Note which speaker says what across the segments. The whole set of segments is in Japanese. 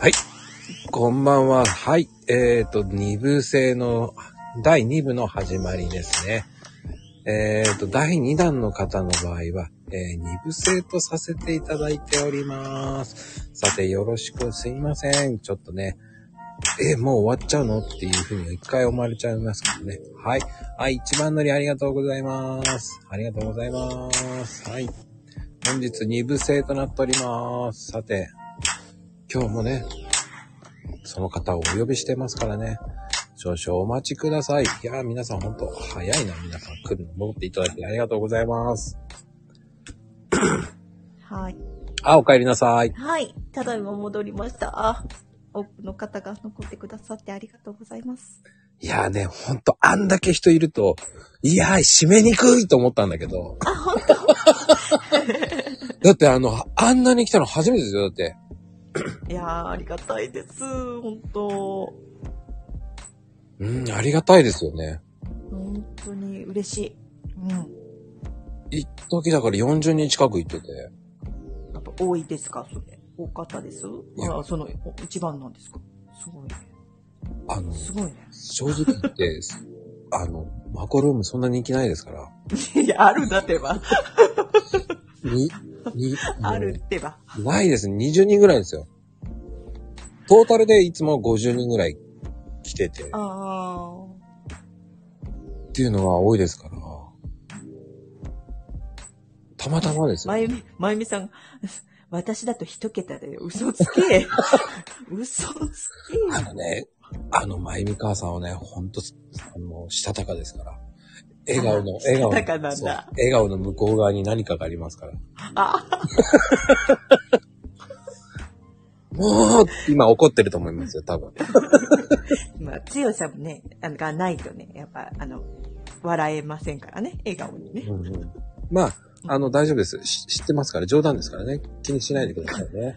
Speaker 1: はい。こんばんは。はい。えっ、と、二部制の、第二部の始まりですね。えっ、と、第二弾の方の場合は、えー二部制とさせていただいております。さて、よろしくすいません。ちょっとね、えーもう終わっちゃうのっていうふうに一回思われちゃいますけどね。はい。はい、一番乗りありがとうございます。ありがとうございます。はい。本日二部制となっております。さて、今日もね、その方をお呼びしてますからね。少々お待ちください。いやー、皆さん本当早いな、皆さん。来るの戻っていただいてありがとうございます。
Speaker 2: はい。
Speaker 1: あ、お帰りなさい。
Speaker 2: はい。ただいま戻りました。あ、多くの方が残ってくださってありがとうございます。
Speaker 1: いやーね、ほんと、あんだけ人いると、いやー、締めにくいと思ったんだけど。
Speaker 2: あ、本当
Speaker 1: だってあの、あんなに来たの初めてですよ、だって。
Speaker 2: いやー、ありがたいです。本当
Speaker 1: うん、ありがたいですよね。
Speaker 2: 本当に嬉しい。うん。
Speaker 1: 一時だから40人近く行ってて。
Speaker 2: やっぱ多いですかそれ。多かったです
Speaker 1: や
Speaker 2: あ、その、お一番なんですかすごいね。
Speaker 1: あの、
Speaker 2: すごいね。
Speaker 1: 正直言って、あの、マコルームそんな人気ないですから。
Speaker 2: いや、あるだってば。
Speaker 1: に、に、
Speaker 2: あるってば。
Speaker 1: ないですね。20人ぐらいですよ。トータルでいつも50人ぐらい来てて、っ
Speaker 2: あ
Speaker 1: ていうのは多いですから。たまたまです
Speaker 2: ー。
Speaker 1: よ
Speaker 2: ま。ゆみ、まゆみさん、私だと一桁だよ。嘘つ け。嘘つけ。
Speaker 1: あのね、あの、まゆみ母さんはね、ほんと、あの、したたかですから。笑顔の、
Speaker 2: あ
Speaker 1: 笑顔の
Speaker 2: したたかなんだ
Speaker 1: そう笑顔の向こう側に何かがありますから。
Speaker 2: あ、
Speaker 1: もう、今怒ってると思いますよ、多分。
Speaker 2: まあ、強さもね、あのがないとね、やっぱ、あの、笑えませんからね、笑顔にね。
Speaker 1: うんうんまあ、あの、大丈夫です。し知ってますから、冗談ですからね。気にしないでくだ さいね。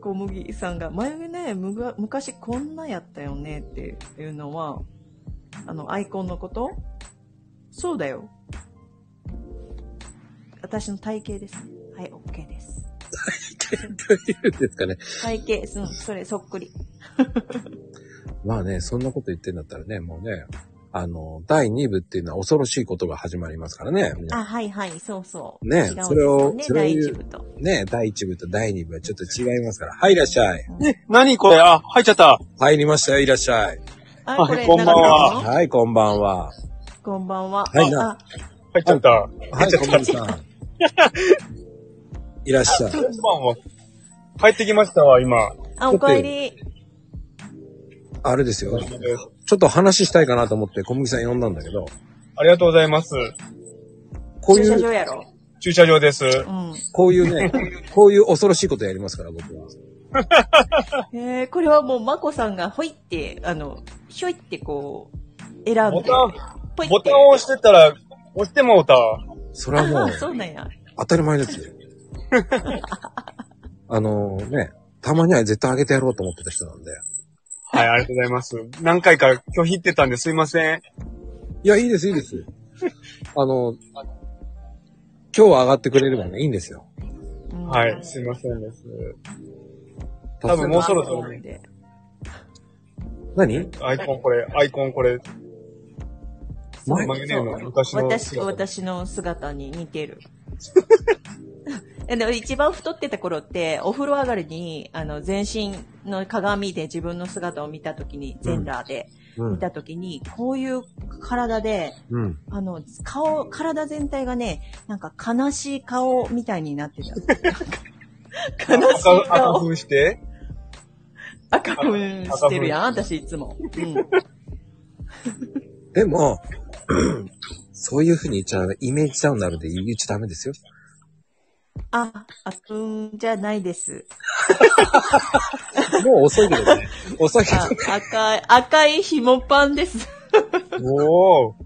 Speaker 2: 小麦さんが、眉毛ね、むが昔こんなやったよねっていうのは、あの、アイコンのことそうだよ。私の体型です。はい、OK です。
Speaker 1: というんですかね。
Speaker 2: 体型、うん、それそっくり。
Speaker 1: まあね、そんなこと言ってんだったらね、もうね、あの、第2部っていうのは恐ろしいことが始まりますからね。皆さ
Speaker 2: あ、はいはい、そうそう。
Speaker 1: ね
Speaker 2: 違うんです
Speaker 1: それを
Speaker 2: よね、
Speaker 1: それを
Speaker 2: 第
Speaker 1: 言う
Speaker 2: 一部と。
Speaker 1: んね、第1部と第2部はちょっと違いますから。はい、いらっしゃい。
Speaker 3: 何これあ、入っちゃった。
Speaker 1: 入りましたよ、いらっしゃい。
Speaker 2: あ、
Speaker 3: はい
Speaker 2: これ、
Speaker 3: こんばんは
Speaker 2: 長野さ
Speaker 1: はい、こんばんは。
Speaker 2: んこんばんは。
Speaker 1: はいな
Speaker 2: あ
Speaker 3: 入っちゃった。
Speaker 1: はい、小森さん。いらっしゃい。
Speaker 3: こんばんは。帰ってきましたわ、今。
Speaker 2: あ、おかえり。
Speaker 1: あれですよ。ちょっと話したいかなと思って小麦さん呼んだんだけど、
Speaker 3: ありがとうございます。
Speaker 1: こう
Speaker 2: 駐
Speaker 1: い
Speaker 2: 車場
Speaker 1: う、
Speaker 2: やろ。
Speaker 3: 駐車場です。
Speaker 2: うん。
Speaker 1: こういうね、こういう恐ろしいことやりますから、僕は。
Speaker 2: えー、これはもう、まこさんが、ほいって、あの、ひょいってこう、選ん
Speaker 3: ボ
Speaker 2: で
Speaker 3: タ、
Speaker 2: ぽい
Speaker 3: ン、ボタンを押してたら、押してもうた。
Speaker 1: それはも
Speaker 2: あ
Speaker 1: う、
Speaker 2: そうなんや。
Speaker 1: 当たり前 ですよ。あのね、たまには絶対あげてやろうと思ってた人なんで。
Speaker 3: はい、ありがとうございます。何回か拒否ってたんですいません。
Speaker 1: いや、いいです、いいです。あの、今日は上がってくれればね、いいんですよ。
Speaker 2: うん
Speaker 3: はい、すいませんです。
Speaker 1: 達
Speaker 3: 多
Speaker 1: 成
Speaker 3: 分もうそろそろ
Speaker 2: あなんで
Speaker 1: 何
Speaker 3: アイコンこれ、アイコンこれ、
Speaker 1: 前
Speaker 3: マヨネーの昔の。
Speaker 2: 私と私の姿に似てる。 えでも一番太ってた頃って、お風呂上がりに、あの、全身の鏡で自分の姿を見たときに、全裸で
Speaker 1: う
Speaker 2: 見
Speaker 1: ん。
Speaker 2: たときに、こういう体で、
Speaker 1: うん。
Speaker 2: あの、顔、体全体がね、なんか悲しい顔みたいになってた。悲しい
Speaker 3: 赤、赤
Speaker 2: 顔。
Speaker 3: 風して。
Speaker 2: 赤くしてるやん、
Speaker 3: 赤
Speaker 2: 私いつも。うん。
Speaker 1: でも、 そういう風に言っちゃう、イメージダウンになるんで言っちゃダメですよ。
Speaker 2: あ、あくんじゃないです。
Speaker 1: もう遅いけど ね。遅いけ
Speaker 2: あ 赤い、赤い紐パンです。
Speaker 3: おー。おー
Speaker 1: ど。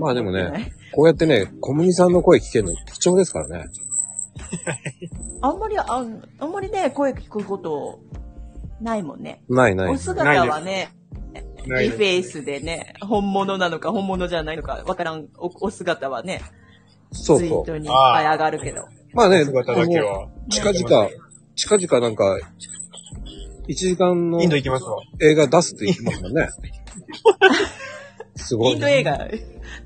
Speaker 1: まあでもね、こうやってね、小麦さんの声聞けるの貴重ですからね。
Speaker 2: あんまり、ああんまりね、声聞くことないもんね。
Speaker 1: ないない。
Speaker 2: お姿はね、
Speaker 3: な
Speaker 2: リ
Speaker 3: い
Speaker 2: フ
Speaker 3: で
Speaker 2: ェイスでね、本物なのか本物じゃないのかわからんおお姿はね、
Speaker 1: そう
Speaker 2: ツイ
Speaker 1: そ
Speaker 2: ー
Speaker 1: う。
Speaker 2: トにいっぱい上がるけど。
Speaker 1: まあね、
Speaker 3: す。姿だけは。
Speaker 1: 近々、近々なんか、 1時間の
Speaker 3: インド行きますわ。
Speaker 1: 映画出すって言ってますもんね。すごい、
Speaker 2: インド映画、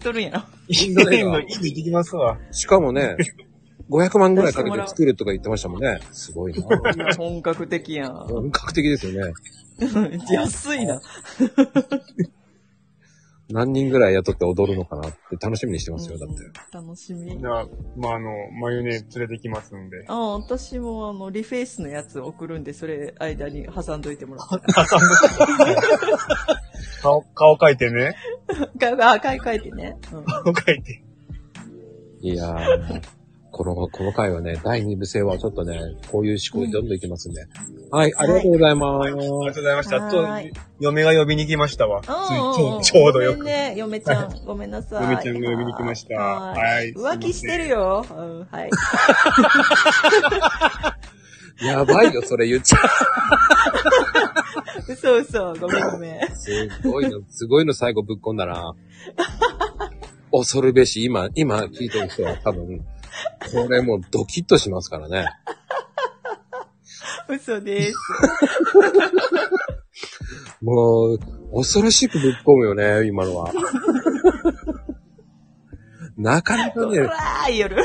Speaker 2: 撮るんやろ。
Speaker 3: イ
Speaker 1: ン
Speaker 3: ン
Speaker 1: ド
Speaker 3: ド
Speaker 1: 映
Speaker 3: イン
Speaker 1: 画
Speaker 3: ド行ってきますわ。
Speaker 1: しかもね、500万ぐらいかけて作るとか言ってましたもんね。すごいな。
Speaker 2: 本格的やん。
Speaker 1: 本格的ですよね。
Speaker 2: 安いな。
Speaker 1: 何人ぐらい雇って踊るのかなって楽しみにしてますよ、だって。
Speaker 2: 楽しみ。
Speaker 3: じゃあ、まあ、あの、マヨネー連れてきますんで。
Speaker 2: ああ、私もあの、リフェイスのやつ送るんで、それ間に挟んどいてもら って。
Speaker 3: 顔、顔描いてね。
Speaker 2: あ、買い替えてね。うん
Speaker 3: 顔描いて。
Speaker 1: いやー、この、この回はね、第2部制はちょっとね、こういう思考でどんどんいきますんで。はい、ありがとうございま
Speaker 3: あ
Speaker 1: す。
Speaker 3: りがとうございました。
Speaker 2: は
Speaker 3: あ
Speaker 2: ーい
Speaker 3: と、嫁が呼びに来ましたわ。ついち
Speaker 2: うんうん
Speaker 3: ょ
Speaker 2: ん
Speaker 3: ちょうどよ
Speaker 2: ご
Speaker 3: く。
Speaker 2: めんね、嫁ちゃん。ごめんなさい。
Speaker 3: 嫁ちゃんが呼びに来ました。
Speaker 2: は
Speaker 3: はい。
Speaker 2: い浮気してる
Speaker 3: よ。
Speaker 2: よ。うん、はい。
Speaker 1: やばいよ、それ言っちゃう。
Speaker 2: 嘘嘘。ごめんごめん。
Speaker 1: すごいの、すごいの最後ぶっこんだな。 恐るべし、今、今聞いてる人は多分、これもうドキッとしますからね。
Speaker 2: 嘘です。
Speaker 1: もう、恐ろしくぶっ込むよね、今のは。 なかなか
Speaker 2: う
Speaker 1: ね
Speaker 2: わ、ー、夜。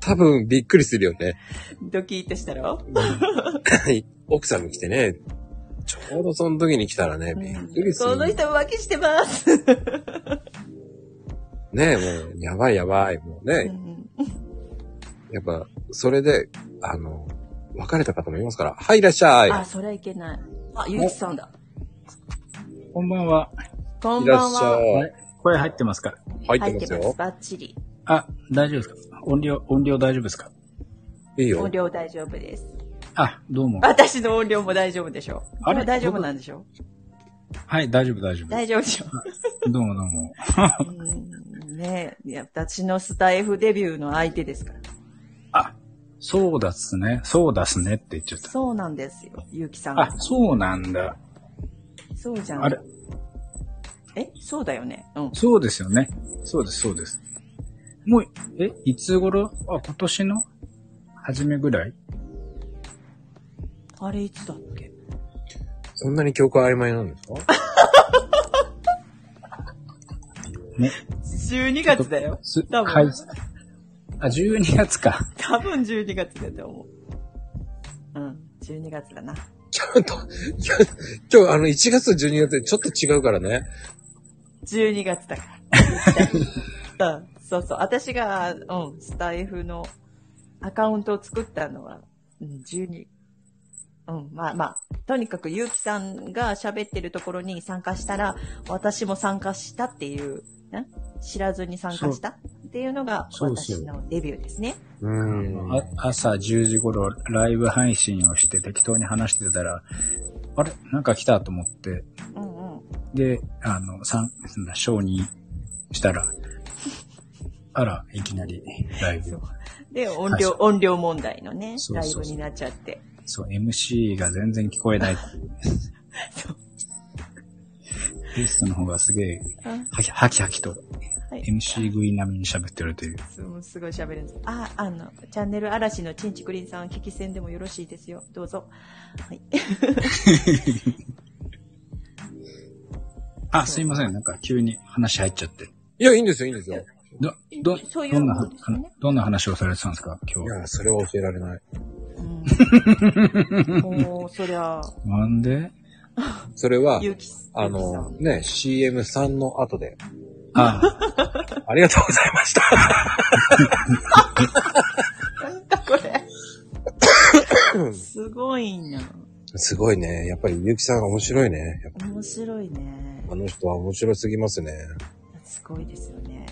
Speaker 1: 多分びっくりするよね。
Speaker 2: ドキッとしたろ
Speaker 1: 奥さんに来てね、ちょうどその時に来たらね、びっくりす
Speaker 2: この
Speaker 1: る。
Speaker 2: 人浮気してます。
Speaker 1: ねもう、やばいやばい、もう
Speaker 2: う
Speaker 1: ね、
Speaker 2: ん
Speaker 1: やっぱ、それで、あの、別れた方もいますから、はい、いらっしゃい。
Speaker 2: あ、それはいけない。あ、ゆうきさんだ。
Speaker 4: こんばんは。
Speaker 2: こん
Speaker 1: い
Speaker 2: ば
Speaker 1: らっ
Speaker 2: ん
Speaker 1: し
Speaker 2: は。
Speaker 1: ゃ
Speaker 4: はい
Speaker 1: い。
Speaker 4: 声入ってますか
Speaker 1: 入
Speaker 2: 入
Speaker 1: っ
Speaker 2: ってて
Speaker 1: ます
Speaker 2: ます。
Speaker 1: よ。
Speaker 2: バッチリ。
Speaker 4: あ、大丈夫ですか音量、音量大丈夫ですか
Speaker 1: いいよ
Speaker 2: 音。量大丈夫です。
Speaker 4: あ、どうも。
Speaker 2: 私の音量も大丈夫でしょ
Speaker 4: あれ
Speaker 2: もう大丈夫なんでしょ
Speaker 4: はい、大丈夫、大丈
Speaker 2: 大丈夫でしょ
Speaker 4: 夫。どうもどうも。
Speaker 2: うんねえ、いや私のスタイフデビューの相手ですから。
Speaker 4: あ、そうだっすね。そうだっすねって言っちゃっ
Speaker 2: そうなんですよ、ゆうきさん
Speaker 4: た。
Speaker 2: が
Speaker 4: あ、。そうなんだ。
Speaker 2: そうじゃん。
Speaker 4: あれ
Speaker 2: え、そうだよね。うん。
Speaker 4: そうですよね。そうです、そうです。もう、え、いつ頃あ、今年の初めぐらい
Speaker 2: あれいつだっけ
Speaker 1: そんなに記憶曖昧なんですか
Speaker 2: ?12 月だよ。
Speaker 4: す
Speaker 2: 多分
Speaker 4: かいあ、12月か。
Speaker 2: 多分12月だと思う。うん、12月だな。
Speaker 1: ちょっ と、いや今日あの1月と12月でちょっと違うからね。
Speaker 2: 12月だ から。うん、そうそう。私が、うん、スタイフのアカウントを作ったのは、うん、12。うん、まあまあ。とにかく、ゆうきさんが喋ってるところに参加したら、私も参加したっていう、ね、知らずに参加したっていうのが、
Speaker 4: そうそう
Speaker 2: 私のデビューですね。
Speaker 1: うーん。
Speaker 4: あ朝10時頃ライブ配信をして適当に話してたら、あれなんか来たと思って、
Speaker 2: うんうん。
Speaker 4: で、あの、三、なんだ、小にしたら、あら、いきなりライブ
Speaker 2: そう。で、音量、
Speaker 4: は
Speaker 2: 音量問題のね、
Speaker 4: そう
Speaker 2: ライ
Speaker 4: そうそう
Speaker 2: ブになっちゃって。
Speaker 4: そう、MC が全然聞こえないっていう。
Speaker 2: そう
Speaker 4: ゲストの方がすげえ、
Speaker 2: うん
Speaker 4: はきはきはきと
Speaker 2: はい。
Speaker 4: MC 食い並みに喋ってるという。
Speaker 2: すすごい喋るんです。あ、あの、チャンネル嵐のチンチクリンさん、聞き戦でもよろしいですよ。どうぞ。はい。
Speaker 4: あ、すいません。なんか急に話入っちゃって。
Speaker 1: いや、いいんですよ、いいんですよ。
Speaker 4: ど、ど、
Speaker 2: そういう
Speaker 4: どんな
Speaker 2: もんですよね、
Speaker 4: どんな話をされてたんですか今
Speaker 1: い
Speaker 4: 日。
Speaker 1: や、それは教えられない。
Speaker 2: うんもう、そりゃ、
Speaker 4: なんで
Speaker 1: それは、
Speaker 2: ゆうき、
Speaker 1: あ
Speaker 2: ゆうきさ
Speaker 1: の
Speaker 2: ん、
Speaker 1: ね、CM3 の後で、
Speaker 4: あ
Speaker 1: ありがとうございました。
Speaker 2: なんだこ れ。すごいな。
Speaker 1: すごいね。やっぱりゆうきさん面白いね。やっ
Speaker 2: 面白いね
Speaker 1: ぱあ。の人は面白すぎますね。
Speaker 2: すごいですよね。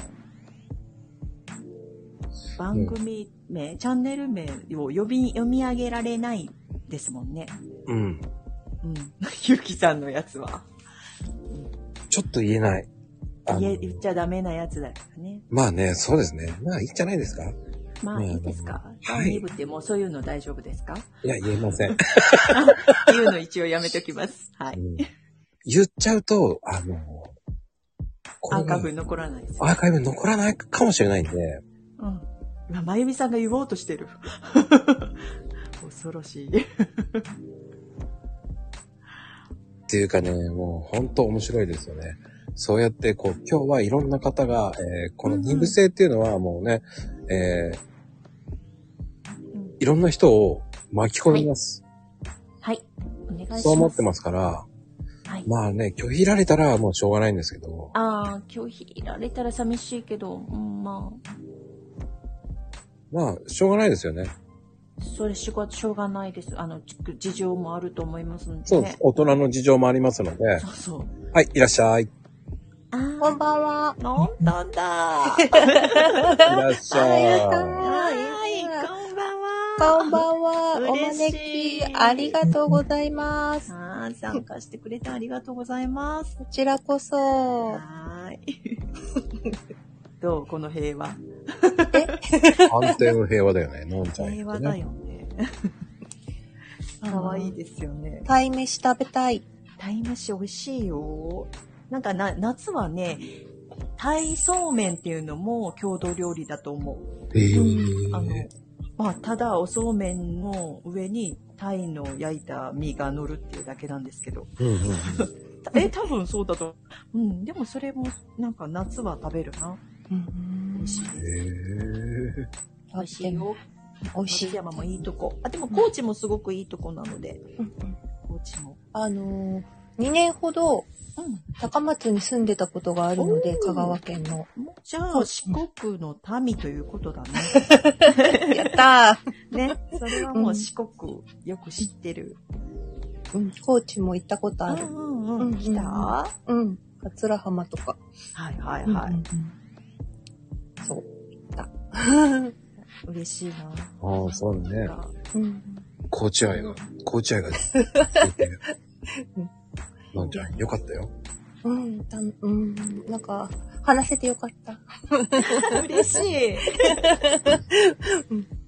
Speaker 2: 番組名、チャンネル名を呼び、読み上げられないですもんね。
Speaker 1: うん。
Speaker 2: うん。 ゆうきさんのやつは。
Speaker 1: ちょっと言えない。あ
Speaker 2: 言え
Speaker 1: の
Speaker 2: 言っちゃダメなやつだからね。
Speaker 1: まあね、そうですね。まあいいんじゃないですか。
Speaker 2: まあいいですか。
Speaker 1: はい
Speaker 2: 第2部ってもうそういうの大丈夫ですか
Speaker 1: いや、言えません。
Speaker 2: っていうの一応やめと きます。は
Speaker 1: う
Speaker 2: い。
Speaker 1: ん言っちゃうと、あの、こ
Speaker 2: ア
Speaker 1: れ
Speaker 2: ーカ
Speaker 1: が
Speaker 2: イブに残らないです。
Speaker 1: アーカイブに残らないかもしれないんで、
Speaker 2: うん。今、まゆみさんが言おうとしてる。 恐ろしい。
Speaker 1: っていうかね、もう本当面白いですよね。そうやって、こう、今日はいろんな方が、えーこの
Speaker 2: うんうん
Speaker 1: 二部制っていうのはもうね、えー
Speaker 2: うん
Speaker 1: いろんな人を巻き込みます。
Speaker 2: はい。お願いします。
Speaker 1: そう思ってますから、
Speaker 2: はい。
Speaker 1: まあね、拒否られたらもうしょうがないんですけど、
Speaker 2: ああ、拒否られたら寂しいけど、うん、ま
Speaker 1: まあ、しょうがないですよね。
Speaker 2: あ、それ仕事しょうがないです。あの、じ事情もあると思いますので、ね。
Speaker 1: そうです。大人の事情もありますので、
Speaker 2: そうそう。
Speaker 1: はい、いらっし ゃい。い
Speaker 2: あーこんばんは。飲んだ んだ。
Speaker 1: らっしゃい。
Speaker 2: はい、こんばんは。
Speaker 5: こんばんは。お
Speaker 2: 嬉
Speaker 5: 招
Speaker 2: しい
Speaker 5: きありがとうございます。
Speaker 2: あー参加してくれてありがとうございます。
Speaker 5: こちらこそ。
Speaker 2: はーい。 どうこの平和。
Speaker 1: 安定の平和だよね、のんちゃん、ね。
Speaker 2: 平和だよね。 可愛いですよね。
Speaker 5: 鯛イ飯食べたい。
Speaker 2: 鯛めし美味しいよ。なんかな、夏はね、タイそうめんっていうのも郷土料理だと思う。
Speaker 1: え
Speaker 2: あの
Speaker 1: ー、、
Speaker 2: まあ、ただおそうめんの上にタイの焼いた身が乗るっていうだけなんですけど。
Speaker 1: うんうんうん。
Speaker 2: え、多分そうだと。うん、でもそれも、なんか夏は食べるな。美味しいです。
Speaker 1: え
Speaker 2: 美味しいよ。
Speaker 5: 美味しい
Speaker 2: 松。山もいいとこ。あ、でも高知もすごくいいとこなので、
Speaker 5: うんうん
Speaker 2: 高知も。
Speaker 5: あのー、2年ほど
Speaker 2: う
Speaker 5: 高松に住んでたことがあるので、
Speaker 2: おー
Speaker 5: 香川県の。
Speaker 2: ん。じゃあ、四国の民ということだね。
Speaker 5: やった
Speaker 2: ね。それはもう四国よく知ってる。
Speaker 5: ー、うん、高知も行ったこと
Speaker 2: う
Speaker 5: あ
Speaker 2: ん
Speaker 5: る。
Speaker 2: うんうん。来たは
Speaker 5: うん。桂浜とか。
Speaker 2: いはいは
Speaker 5: う
Speaker 2: い。
Speaker 5: んうんうんそう。行った。
Speaker 2: 嬉しいな。
Speaker 1: ー、ああ、そうだね。
Speaker 5: うん
Speaker 1: 高知愛が、高知愛が出てる
Speaker 5: うん
Speaker 1: のんちゃん、よかったよ。
Speaker 5: うん、たうん、なんか、話せてよかった。
Speaker 2: 嬉しい。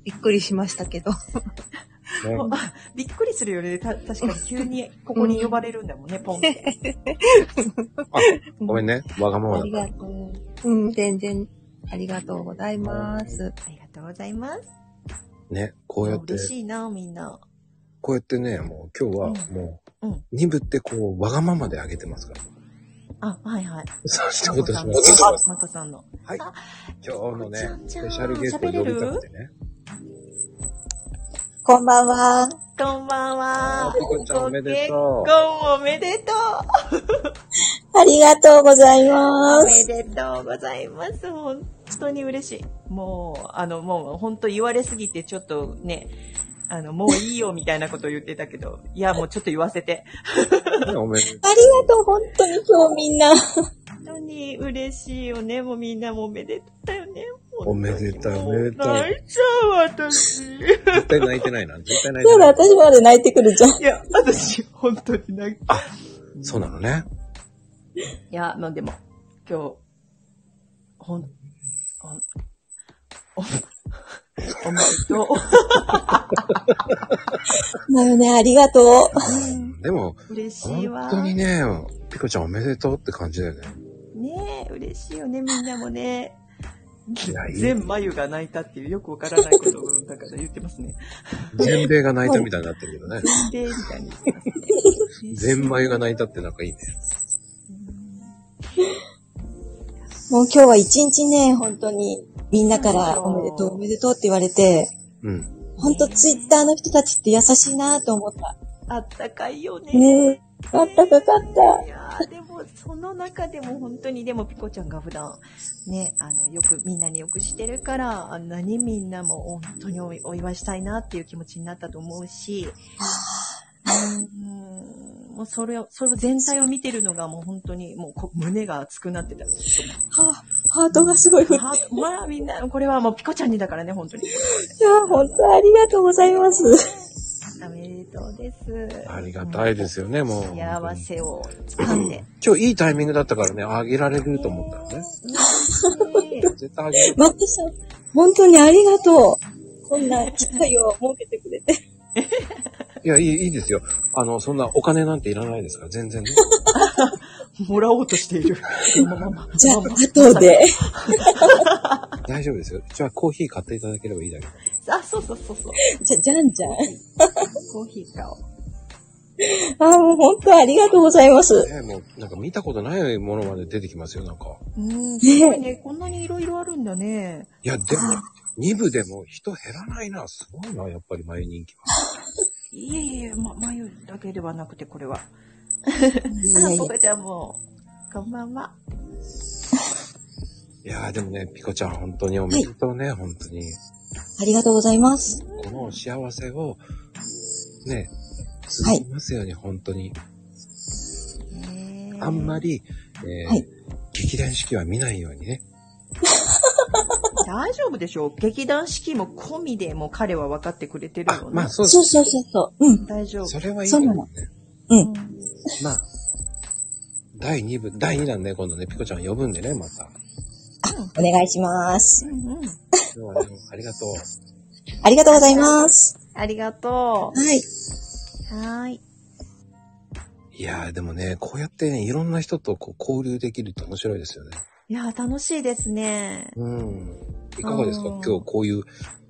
Speaker 5: びっくりしましたけど。
Speaker 1: ね
Speaker 2: ほんびっくりするよね。た、確かに急にここに呼ばれるんだもんね、 ポンって。
Speaker 1: ごめん
Speaker 5: ね。
Speaker 1: ね。わがまま
Speaker 5: あ
Speaker 1: だっ
Speaker 5: り
Speaker 1: た
Speaker 5: が。とう。うん、全然、ありがとうございます。
Speaker 2: ありがとうございます。
Speaker 1: ね。こうやって
Speaker 2: 嬉、しいな、みんな。
Speaker 1: こうやってね、もう今日は
Speaker 2: うん
Speaker 1: も
Speaker 2: う、
Speaker 1: うん二部ってこう、わがままで上げてますから。
Speaker 2: あ、はいはい。
Speaker 1: そうした
Speaker 2: ま
Speaker 1: こ
Speaker 2: ことさ
Speaker 1: し
Speaker 2: ん
Speaker 1: ま
Speaker 2: の
Speaker 1: す。
Speaker 2: まこさんの。
Speaker 1: はい。
Speaker 2: あ
Speaker 1: 今日のね、
Speaker 2: ちゃんち
Speaker 1: ス
Speaker 2: ゃん
Speaker 1: ペシャルゲスト呼びたくてね。
Speaker 5: こんばんは。
Speaker 2: こんばんは。
Speaker 1: ピコちゃんおめでと
Speaker 2: ご結婚おめでとう。
Speaker 5: ありがとうござい
Speaker 2: お
Speaker 5: ま
Speaker 2: め。でとうございます。本当に嬉しい。もう、あの、もう本当言われすぎてちょっとね、あの、もういいよみたいなこと言ってたけど、いや、もうちょっと言わせて。
Speaker 1: う。ねおめでと
Speaker 5: ありがとう、本当に今日みんな。
Speaker 2: 本当に嬉しいよね。もうみんなもおめでとうだよね。
Speaker 1: おめでとう
Speaker 2: 本当に
Speaker 1: おめでとう
Speaker 2: も泣いちゃう、私。
Speaker 1: う。絶対泣いてないな。絶対泣い
Speaker 5: そ
Speaker 1: て
Speaker 5: うだ、
Speaker 1: ない。
Speaker 5: 私まで泣いてくるじゃん。
Speaker 2: いや、私、本当に泣い
Speaker 1: そうなのね。
Speaker 2: いや、まあでも、今日、ほん、ほん、お、おめでと
Speaker 5: なよね、ありがとう。
Speaker 1: でも、
Speaker 2: う。嬉しい
Speaker 1: 本
Speaker 2: わ。
Speaker 1: 当に
Speaker 2: ね
Speaker 1: ね、ピコちゃんおめでとうって感じだよね。
Speaker 2: え、嬉しいよね、みんなもね。
Speaker 1: いやいい
Speaker 2: 全眉が泣いたっていうよくわからないことをだから言ってますね。
Speaker 1: 全米が泣いたみたいになってるけどね。
Speaker 2: で、みたいに言ってますね。
Speaker 1: ゼンマイが泣いたってなんかいいね。
Speaker 5: もう今日は一日ね、本当に、みんなからおめでとう、おめでとうって言われて、
Speaker 1: うん。
Speaker 5: 本当ツイッターの人たちって優しいなと思った。
Speaker 2: あったかいよね。
Speaker 5: ねえ、あったかかった。
Speaker 2: いやーでも、その中でも本当に、でも、ピコちゃんが普段、ね、あの、よく、みんなによくしてるから、あんなにみんなも本当におお祝いしたいなっていう気持ちになったと思うし、うーん、もうそれを、それを全体を見てるのがもう本当に、もうこ胸が熱くな ってた。
Speaker 5: はハートがすごい振っ
Speaker 2: はまあみんな、これはもうピコちゃんにだからね、本当に。
Speaker 5: いや、本当ありがとうございます。
Speaker 2: おめでとうです。
Speaker 1: ありがたいですよね、もう。
Speaker 2: 幸せを掴んで。
Speaker 1: 今日いいタイミングだったからね、あげられると思ったのね。
Speaker 2: ね
Speaker 1: 絶対あげる。
Speaker 5: マットさん、本当にありがとう。こんな機会を設けてくれて。
Speaker 1: いや、いい、いいですよ。あの、そんなお金なんていらないですから、全然ね。
Speaker 2: もらおうとしている。
Speaker 5: じゃあ、後で。
Speaker 1: 大丈夫ですよ。じゃあコーヒー買っていただければいいだけ。
Speaker 2: あ、そうそうそうそう。
Speaker 5: じゃ、じゃんじゃん。
Speaker 2: コーヒーか。
Speaker 5: あー、もう本当ありがとうございます。
Speaker 1: ね、もうなんか見たことないものまで出てきますよ、なんか。
Speaker 2: うん、すごいね。こんなにいろいろあるんだね。
Speaker 1: いや、 でも、2部でも人減らないな。すごいな、やっぱり前人気は。
Speaker 2: いえいえ、ま、眉だけではなくて、これは。
Speaker 5: い
Speaker 2: あ
Speaker 5: やい、や
Speaker 2: ポカちゃんも、こんばんは。
Speaker 1: いやーでもね、ピコちゃん本当におめでとうね、本当に。
Speaker 5: ありがとうございます。
Speaker 1: この幸せを、ね、続きますように、本当に。あんま
Speaker 2: り。
Speaker 1: り、えー
Speaker 5: はい
Speaker 1: 劇団四季は見ないようにね。
Speaker 2: 大丈夫でしょう劇団四季も込みでもう彼は分かってくれてる
Speaker 1: あ
Speaker 2: よ、ね。
Speaker 1: まあそうです
Speaker 5: そうそうそうそう。うん。
Speaker 2: 大丈夫。
Speaker 1: それはいい
Speaker 5: そう
Speaker 1: けど
Speaker 5: な
Speaker 1: ね
Speaker 5: の。
Speaker 2: うん
Speaker 1: まあ、第2部、第2弾ね、今度ね、ピコちゃん呼ぶんでね、また。
Speaker 5: お願いします。
Speaker 2: うんう
Speaker 1: 今
Speaker 2: ん。
Speaker 1: 日はね、ありがとう。
Speaker 5: ありがとうございます。
Speaker 2: ありがと
Speaker 5: はい。
Speaker 2: う。はーい。
Speaker 1: いやーでもね、こうやってね、いろんな人とこう交流できると面白いですよね。
Speaker 2: いやー、楽しいですね。
Speaker 1: うん。いかがですか
Speaker 2: あ
Speaker 1: 今
Speaker 2: ー
Speaker 1: 日こういう、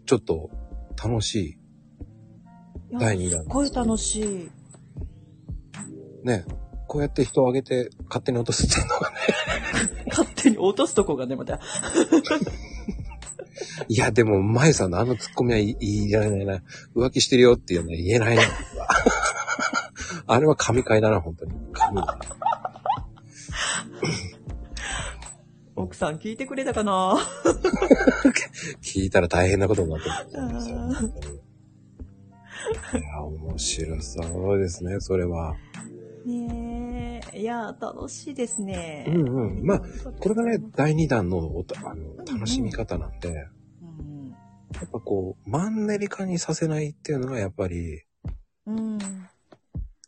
Speaker 1: ちょっと楽しい
Speaker 2: いや
Speaker 1: 第2弾。
Speaker 2: すっごい楽しい。
Speaker 1: ね。こうやって人を上げて勝手に落とすっていうのがね。
Speaker 2: 勝手に落とすとこがね、また。
Speaker 1: いや、でも、まゆさんのあのツッコミはい言いられないな。浮気してるよっていうのは言えない な。あれは神回だな、本当に。神だな。
Speaker 2: 奥さん聞いてくれたかな
Speaker 1: 聞いたら大変なことになってると思うんですよ。
Speaker 2: あー
Speaker 1: 本当にいや、面白そうですね、それは。
Speaker 2: ねえ。いやー、楽しいですね。
Speaker 1: うんうんまあこれがね
Speaker 2: う、
Speaker 1: 第2弾のおたあの楽しみ方なんで、やっ
Speaker 2: ん
Speaker 1: ぱこう、マンネリ化にさせないっていうのが、やっぱり、
Speaker 2: うん。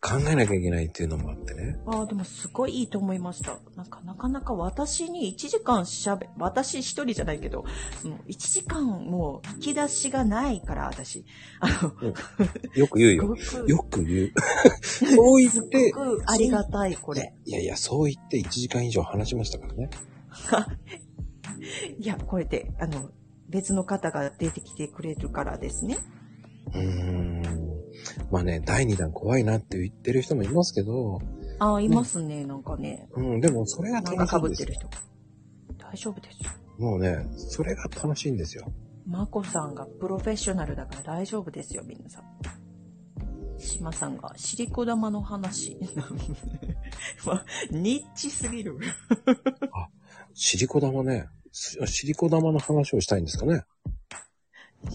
Speaker 1: 考えなきゃいけないっていうのもあってね。
Speaker 2: ああ、でもすごいいいと思いました。なんか、なかなか私に1時間しゃべ、私一人じゃないけど、もう1時間もう引き出しがないから、私。あの、
Speaker 1: よく言う
Speaker 2: す
Speaker 1: よ。
Speaker 2: ごく、
Speaker 1: よく言う。 そう言って
Speaker 2: す、ごくありがたい、これ。
Speaker 1: いやいや、そう言って1時間以上話しましたからね。
Speaker 2: いや、これで、あの、別の方が出てきてくれるからですね。
Speaker 1: うーん。まあね、第2弾怖いなって言ってる人もいますけど、
Speaker 2: ああ、いますね、なんかね。
Speaker 1: うん、でもそれが
Speaker 2: なんか
Speaker 1: 楽しい
Speaker 2: 被
Speaker 1: んで
Speaker 2: って
Speaker 1: す
Speaker 2: る
Speaker 1: よ。
Speaker 2: 人。大丈夫です。
Speaker 1: もうね、それが楽しいんですよ。
Speaker 2: マコさんがプロフェッショナルだから大丈夫ですよ、皆さん。島さんがシリコ玉の話。まあニッチすぎる。
Speaker 1: シリコ玉ね。すシリコ玉の話をしたいんですかね。あ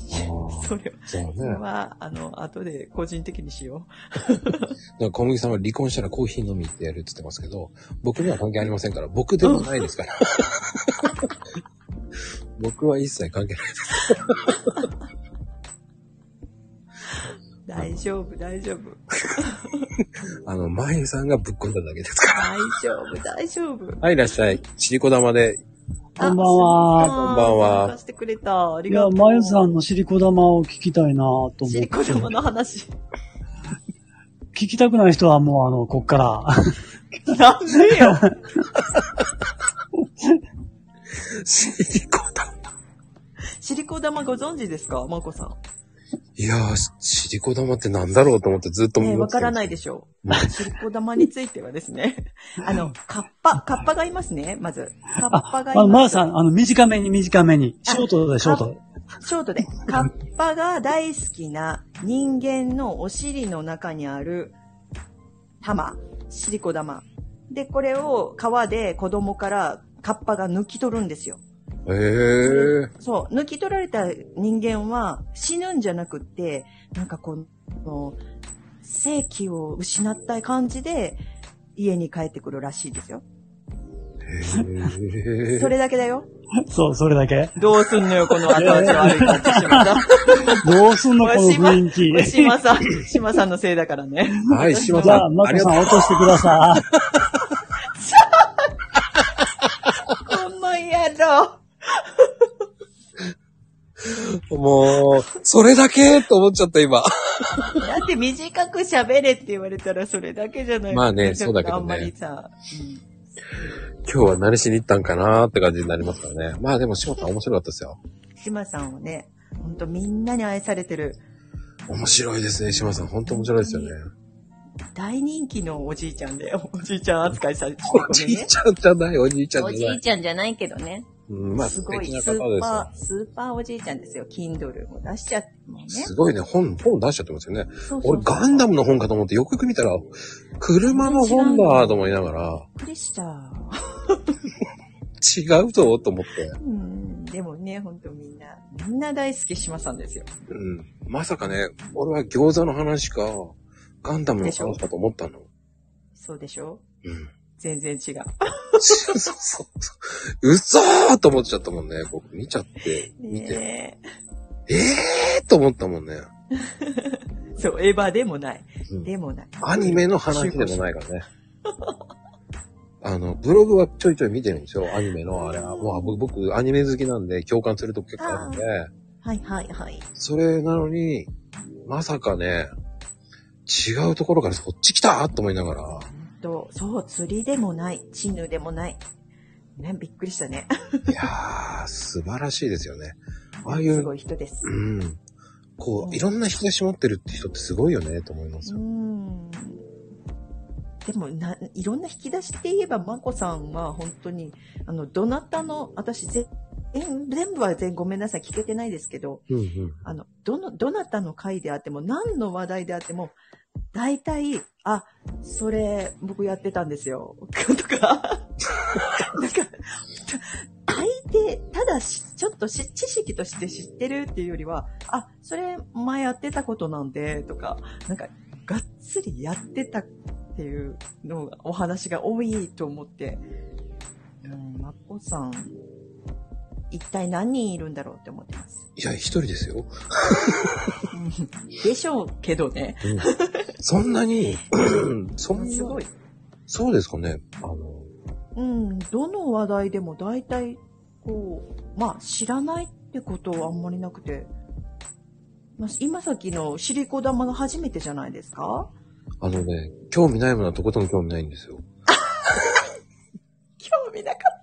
Speaker 2: それは、
Speaker 1: あ、そうね。
Speaker 2: それは、あの、後で個人的にしよ
Speaker 1: だから小麦さんは離婚したらコーヒー飲み行ってやるって言ってますけど、僕には関係ありませんから、僕でもないです から。僕は一切関係ない。
Speaker 2: う。大丈夫、大丈夫。
Speaker 1: あの、まゆさんがぶっ込んだだけですから。
Speaker 2: 大丈夫、大丈夫。
Speaker 1: はい、いらっしゃい。ちりこ玉で。
Speaker 4: こんばんは
Speaker 2: あ
Speaker 1: こんばんは
Speaker 2: 参加してくれた。あり
Speaker 6: い
Speaker 2: が
Speaker 6: や
Speaker 2: と、う。
Speaker 6: まゆさんのシリコ玉を聞きたいなと思って。
Speaker 2: シリコ玉の話。
Speaker 6: 聞きたくない人はもう、あの、こっから。
Speaker 2: なんで よ。
Speaker 1: ちりこ玉。
Speaker 2: シリコ玉ご存知ですかマコさん。
Speaker 1: いやー、ちりこ玉ってなんだろうと思ってずっと
Speaker 2: ね
Speaker 1: 思
Speaker 2: え
Speaker 1: って。
Speaker 2: わからないいでしょう。シリコ玉についてはですね。 あの、カッパ、カッパがいますね、まず。カッパがいます。
Speaker 6: ままゆさん、あの、短めに短めに。
Speaker 2: あ
Speaker 6: ショートで、ショート。
Speaker 2: ショートで。カッパが大好きな人間のお尻の中にある玉、シリコ玉。で、これを皮で子供からカッパが抜き取るんですよ。
Speaker 1: へー。
Speaker 2: そう、抜き取られた人間は死ぬんじゃなくって、なんかこの、正気を失った感じで家に帰ってくるらしいですよ。
Speaker 1: へ
Speaker 2: そ
Speaker 1: ー。
Speaker 2: れだけだよ。
Speaker 6: そう、それだ け。
Speaker 2: どうすんのよ、この後々悪い 感じしまった。
Speaker 6: どうすんの、この雰囲気。
Speaker 2: 島さん、島さんのせいだからね。
Speaker 1: はい、島
Speaker 6: じ
Speaker 1: さ
Speaker 6: ゃあ、
Speaker 1: ん。
Speaker 6: ま
Speaker 1: あり
Speaker 6: こ
Speaker 1: が
Speaker 6: さん
Speaker 1: と
Speaker 6: 落としてください。
Speaker 2: ほんまやろ。
Speaker 1: う。もう、それだけと思っちゃった、今。
Speaker 2: だって短く喋れって言われたらそれだけじゃない
Speaker 1: まあね
Speaker 2: ち
Speaker 1: そ
Speaker 2: ょっと
Speaker 1: うだけどね
Speaker 2: あんまりさ、
Speaker 1: 今日は何しに行ったんかなーって感じになりますからね。まあでも、島さん面白かったですよ。
Speaker 2: うん島さんをね、ほんとみんなに愛されてる
Speaker 1: 面白いですね、島さん。本当面白いですよね。
Speaker 2: 大人気のおじいちゃんで、 おじいちゃん扱いされて
Speaker 1: おじいちゃんじゃない、おじいちゃ
Speaker 2: お
Speaker 1: ん
Speaker 2: じ
Speaker 1: じゃないい。
Speaker 2: ちゃんじゃないけどね。
Speaker 1: うん、まあ、
Speaker 2: す
Speaker 1: 素
Speaker 2: ごい
Speaker 1: 敵な方
Speaker 2: ス
Speaker 1: です
Speaker 2: ー
Speaker 1: よ
Speaker 2: パー、スーパーおじいちゃんですよ。Kindle も出しちゃってもうね。
Speaker 1: すごいね、本、本出しちゃってますよね。
Speaker 2: そうそうそう
Speaker 1: 俺、ガンダムの本かと思って、よくよく見たら、車の本だと思いながら、
Speaker 2: びっくりした。
Speaker 1: 違うぞと思って。
Speaker 2: うん。でもね、ほんとみんな、みんな大好き島さんですよ。
Speaker 1: うん。まさかね、俺は餃子の話か、ガンダムの話かと思ったの。
Speaker 2: そうでしょ
Speaker 1: うん。
Speaker 2: 全然違う。
Speaker 1: そうそうそう。嘘ーと思っちゃったもんね。僕見ちゃって、見て。
Speaker 2: ねえ
Speaker 1: えーと思ったもんね。
Speaker 2: そう、エヴァでもない。
Speaker 1: うん
Speaker 2: でもない。
Speaker 1: アニメの話でもないからね。あの、ブログはちょいちょい見てるんですよ。アニメの、あれは。まあ僕、僕アニメ好きなんで共感するとこ結構あるんで。
Speaker 2: はいはいはい。
Speaker 1: それなのに、まさかね、違うところからそっち来たと思いながら。
Speaker 2: と、そう、釣りでもない。チヌでもない。ね、びっくりしたね。
Speaker 1: いやー、素晴らしいですよね。ああい
Speaker 2: す
Speaker 1: う、
Speaker 2: ごい人です。
Speaker 1: うん。こ
Speaker 2: うん
Speaker 1: う、いろんな引き出し持ってるって人ってすごいよね、と思います
Speaker 2: う
Speaker 1: よ。
Speaker 2: ん。でもな、いろんな引き出しって言えば、まこさんは本当に、あの、どなたの、私ぜ、全全部は全ごめんなさい、聞けてないですけど、
Speaker 1: うんうん。
Speaker 2: あの、どの、どなたの回であっても、何の話題であっても、大体、あ、それ、僕やってたんですよ。 とか、なんか、大抵、ただし、ちょっとし知識として知ってるっていうよりは、あ、それ、前やってたことなんで、とか、なんか、がっつりやってたっていうのが、お話が多いと思って、うん、まこさん、一体何人いるんだろうって思ってます。
Speaker 1: いや、一人ですよ。
Speaker 2: でしょうけどね。
Speaker 1: うん、そんなに、そん
Speaker 2: す
Speaker 1: な
Speaker 2: ご、い。
Speaker 1: そうですかね。あの、
Speaker 2: うん、どの話題でも大体、こう、まあ、知らないってことはあんまりなくて、まあ、今さっきのシリコ玉が初めてじゃないですか
Speaker 1: あのね、興味ないものはとことん興味ないんですよ。
Speaker 2: 興味なかっ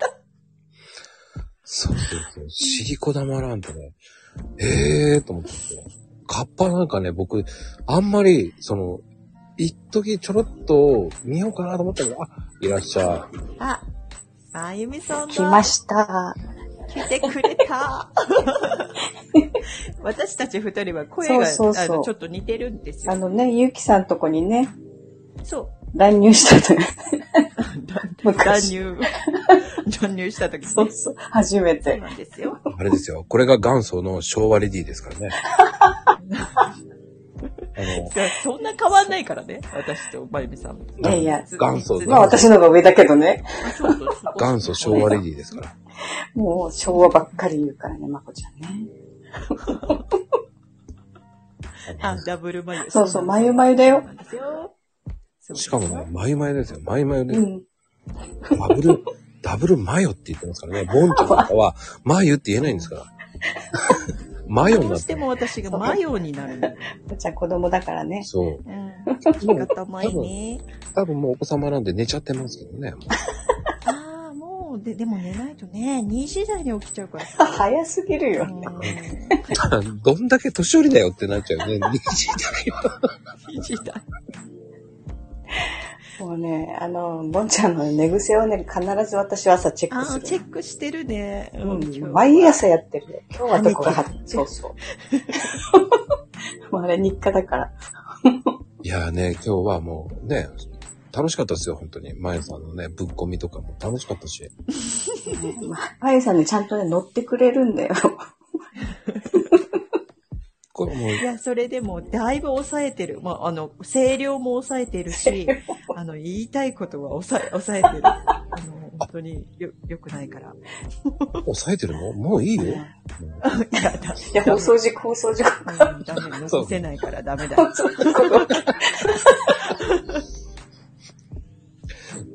Speaker 1: そうそうそう。シリコ玉なんてね、ええーと思ってて。カッパなんかね、僕、あんまり、その、一時ちょろっと見ようかなと思ったけど、あ、いらっしゃい。
Speaker 2: た。あ、あゆみさんだ。
Speaker 5: 来ました。
Speaker 2: 来てくれた。 私たち二人は声が
Speaker 7: そうそうそう
Speaker 2: あのちょっと似てるんです
Speaker 7: あ
Speaker 2: よ。
Speaker 7: のね、ゆうきさんとこにね、
Speaker 2: そう。
Speaker 7: 乱入したの
Speaker 2: 乱
Speaker 7: よ。昔。
Speaker 2: 入、乱入した時ね
Speaker 7: そうそう。初め
Speaker 2: そう
Speaker 7: て。
Speaker 2: なんですよ。
Speaker 1: あれですよ。これが元祖の昭和レディーですからね。あ
Speaker 2: そうそんな変わんないからね。私とまゆみさん。
Speaker 7: いやいや。
Speaker 1: 元祖
Speaker 2: いつ
Speaker 7: まあ私のが上だけどね。
Speaker 2: そうそうそう
Speaker 1: の、元祖昭和レディーですから。
Speaker 7: もう昭和ばっかり言うからね、まこちゃんね。
Speaker 2: あ、ダブル眉。
Speaker 7: そうそう、まゆまゆだよ。
Speaker 2: なんですよ。そう
Speaker 1: しかもね、マイマヨですよ。マイマヨで
Speaker 7: う、ん。
Speaker 1: ダブル、ダブルマヨって言ってますからね。ボンチョとかは、マヨって言えないんですから。マヨに
Speaker 2: ど
Speaker 1: な
Speaker 2: う
Speaker 1: っ
Speaker 2: してて
Speaker 1: る
Speaker 2: も私が眉になるの。
Speaker 7: まこちゃん子供だからね。
Speaker 1: そう。
Speaker 2: うん。仕方ないね。
Speaker 1: 多分もうお子様なんで寝ちゃってますけどね。
Speaker 2: ああ、もう、で、でも寝ないとね、2時台に起きちゃうから。
Speaker 7: 早すぎる
Speaker 2: う
Speaker 7: よ。
Speaker 2: ん
Speaker 1: どんだけ年寄りだよってなっちゃうね。2時 代は。
Speaker 2: 2時台。
Speaker 7: もうね、あの、ぼんちゃんの寝癖をね、必ず私は朝チェッ
Speaker 2: あ
Speaker 7: クす
Speaker 2: あ、
Speaker 7: る。
Speaker 2: チェックしてるね。
Speaker 7: う
Speaker 2: 今日は
Speaker 7: ん、毎朝やってるよ。今日はどこが
Speaker 2: 跳ね
Speaker 7: 張そうそう。もうあれ日課だから。
Speaker 1: いやーね、今日はもうね、楽しかったですよ、本当に。まゆさんのね、ぶっ込みとかも楽しかったし。
Speaker 7: まあまゆさんね、ちゃんとね、乗ってくれるんだよ。
Speaker 1: これもう、
Speaker 2: いや、それでも、だいぶ抑えてる。まあ、あの、声量も抑えてる し、あの、言いたいことは抑え、抑えてる。あの、本当によ、良くないから。
Speaker 1: 抑えてるのもういいよ。
Speaker 2: いや、だ、
Speaker 7: いや、放送事故、放送事故。
Speaker 2: うんダメ、残せないからダメだ。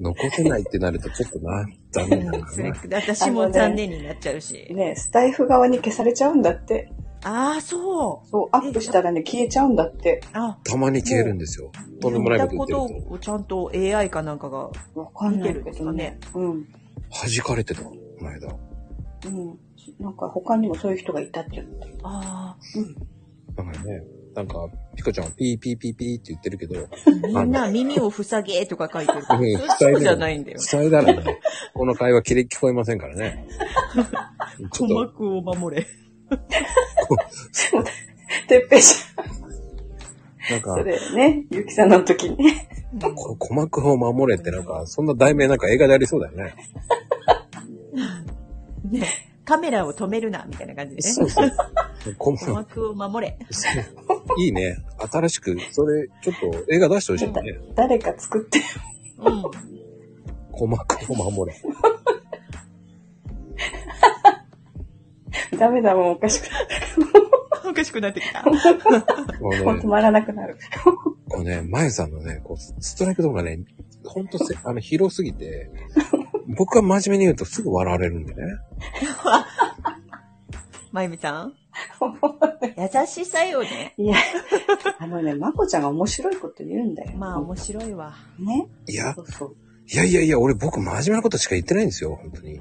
Speaker 1: 残せないってなるとちょっとな、残念だか
Speaker 2: そ
Speaker 1: ら
Speaker 2: れ
Speaker 1: な。、
Speaker 2: 私も残念になっちゃうし。
Speaker 7: ね、スタイフ側に消されちゃうんだって。
Speaker 2: ああ、そう。
Speaker 7: そう、アップしたらね、消えちゃうんだって。
Speaker 2: あ、
Speaker 1: たまに消えるんですよ。とんでもない
Speaker 2: 言
Speaker 1: こ
Speaker 2: った
Speaker 1: と言っ
Speaker 2: こ
Speaker 1: て
Speaker 2: と
Speaker 1: ると。
Speaker 2: をちゃんと AI かなんかが、
Speaker 7: わかんないけどね。うん。
Speaker 1: 弾かれてた、この間。
Speaker 7: うん。なんか他にもそういう人がいたって言って。
Speaker 2: あ
Speaker 1: だからね、なんか、ピコちゃんはピーピーピーピーって言ってるけど、
Speaker 2: あ、 みんな耳を塞げとか書いてる。そうじゃないんだよ。
Speaker 1: 伝えたらね、この会話切れ聞こえませんから ね。ちょっ
Speaker 2: 鼓
Speaker 1: と、
Speaker 2: 膜を守れ。
Speaker 7: てっぺいじゃん。
Speaker 1: なんか
Speaker 7: そ、れね、ゆきさんの時に。
Speaker 1: こ鼓膜を守れってなんか、そんな題名なんか映画でありそうだよね。
Speaker 2: ね、カメラを止めるな、みたいな感じで
Speaker 1: そう
Speaker 2: ね。
Speaker 1: そう。鼓
Speaker 2: 鼓
Speaker 1: 膜、
Speaker 2: 膜を守れ。
Speaker 1: そう いいね。新しく、それ、ちょっと映画出してほしいね。
Speaker 7: 誰か作って。
Speaker 2: うん。
Speaker 1: 鼓膜を守れ。
Speaker 7: ダメだもん、おかしく
Speaker 2: おかしくなって きた。
Speaker 1: もう
Speaker 7: なる。もう
Speaker 1: ね
Speaker 7: 止、まらなくなる。
Speaker 1: こうね、まゆさんのね、こう、ストライクゾーンがね、ほんとせ、あの、広すぎて、僕は真面目に言うとすぐ笑われるんでね。
Speaker 2: まゆみさん優しさよね。
Speaker 7: いや、あのね、まこちゃんが面白いこと言うんだよ。
Speaker 2: まあ、面白いわ。
Speaker 7: ね。
Speaker 1: いや
Speaker 7: そ、うそう。
Speaker 1: いやいやいや、俺僕真面目なことしか言ってないんですよ、本当に。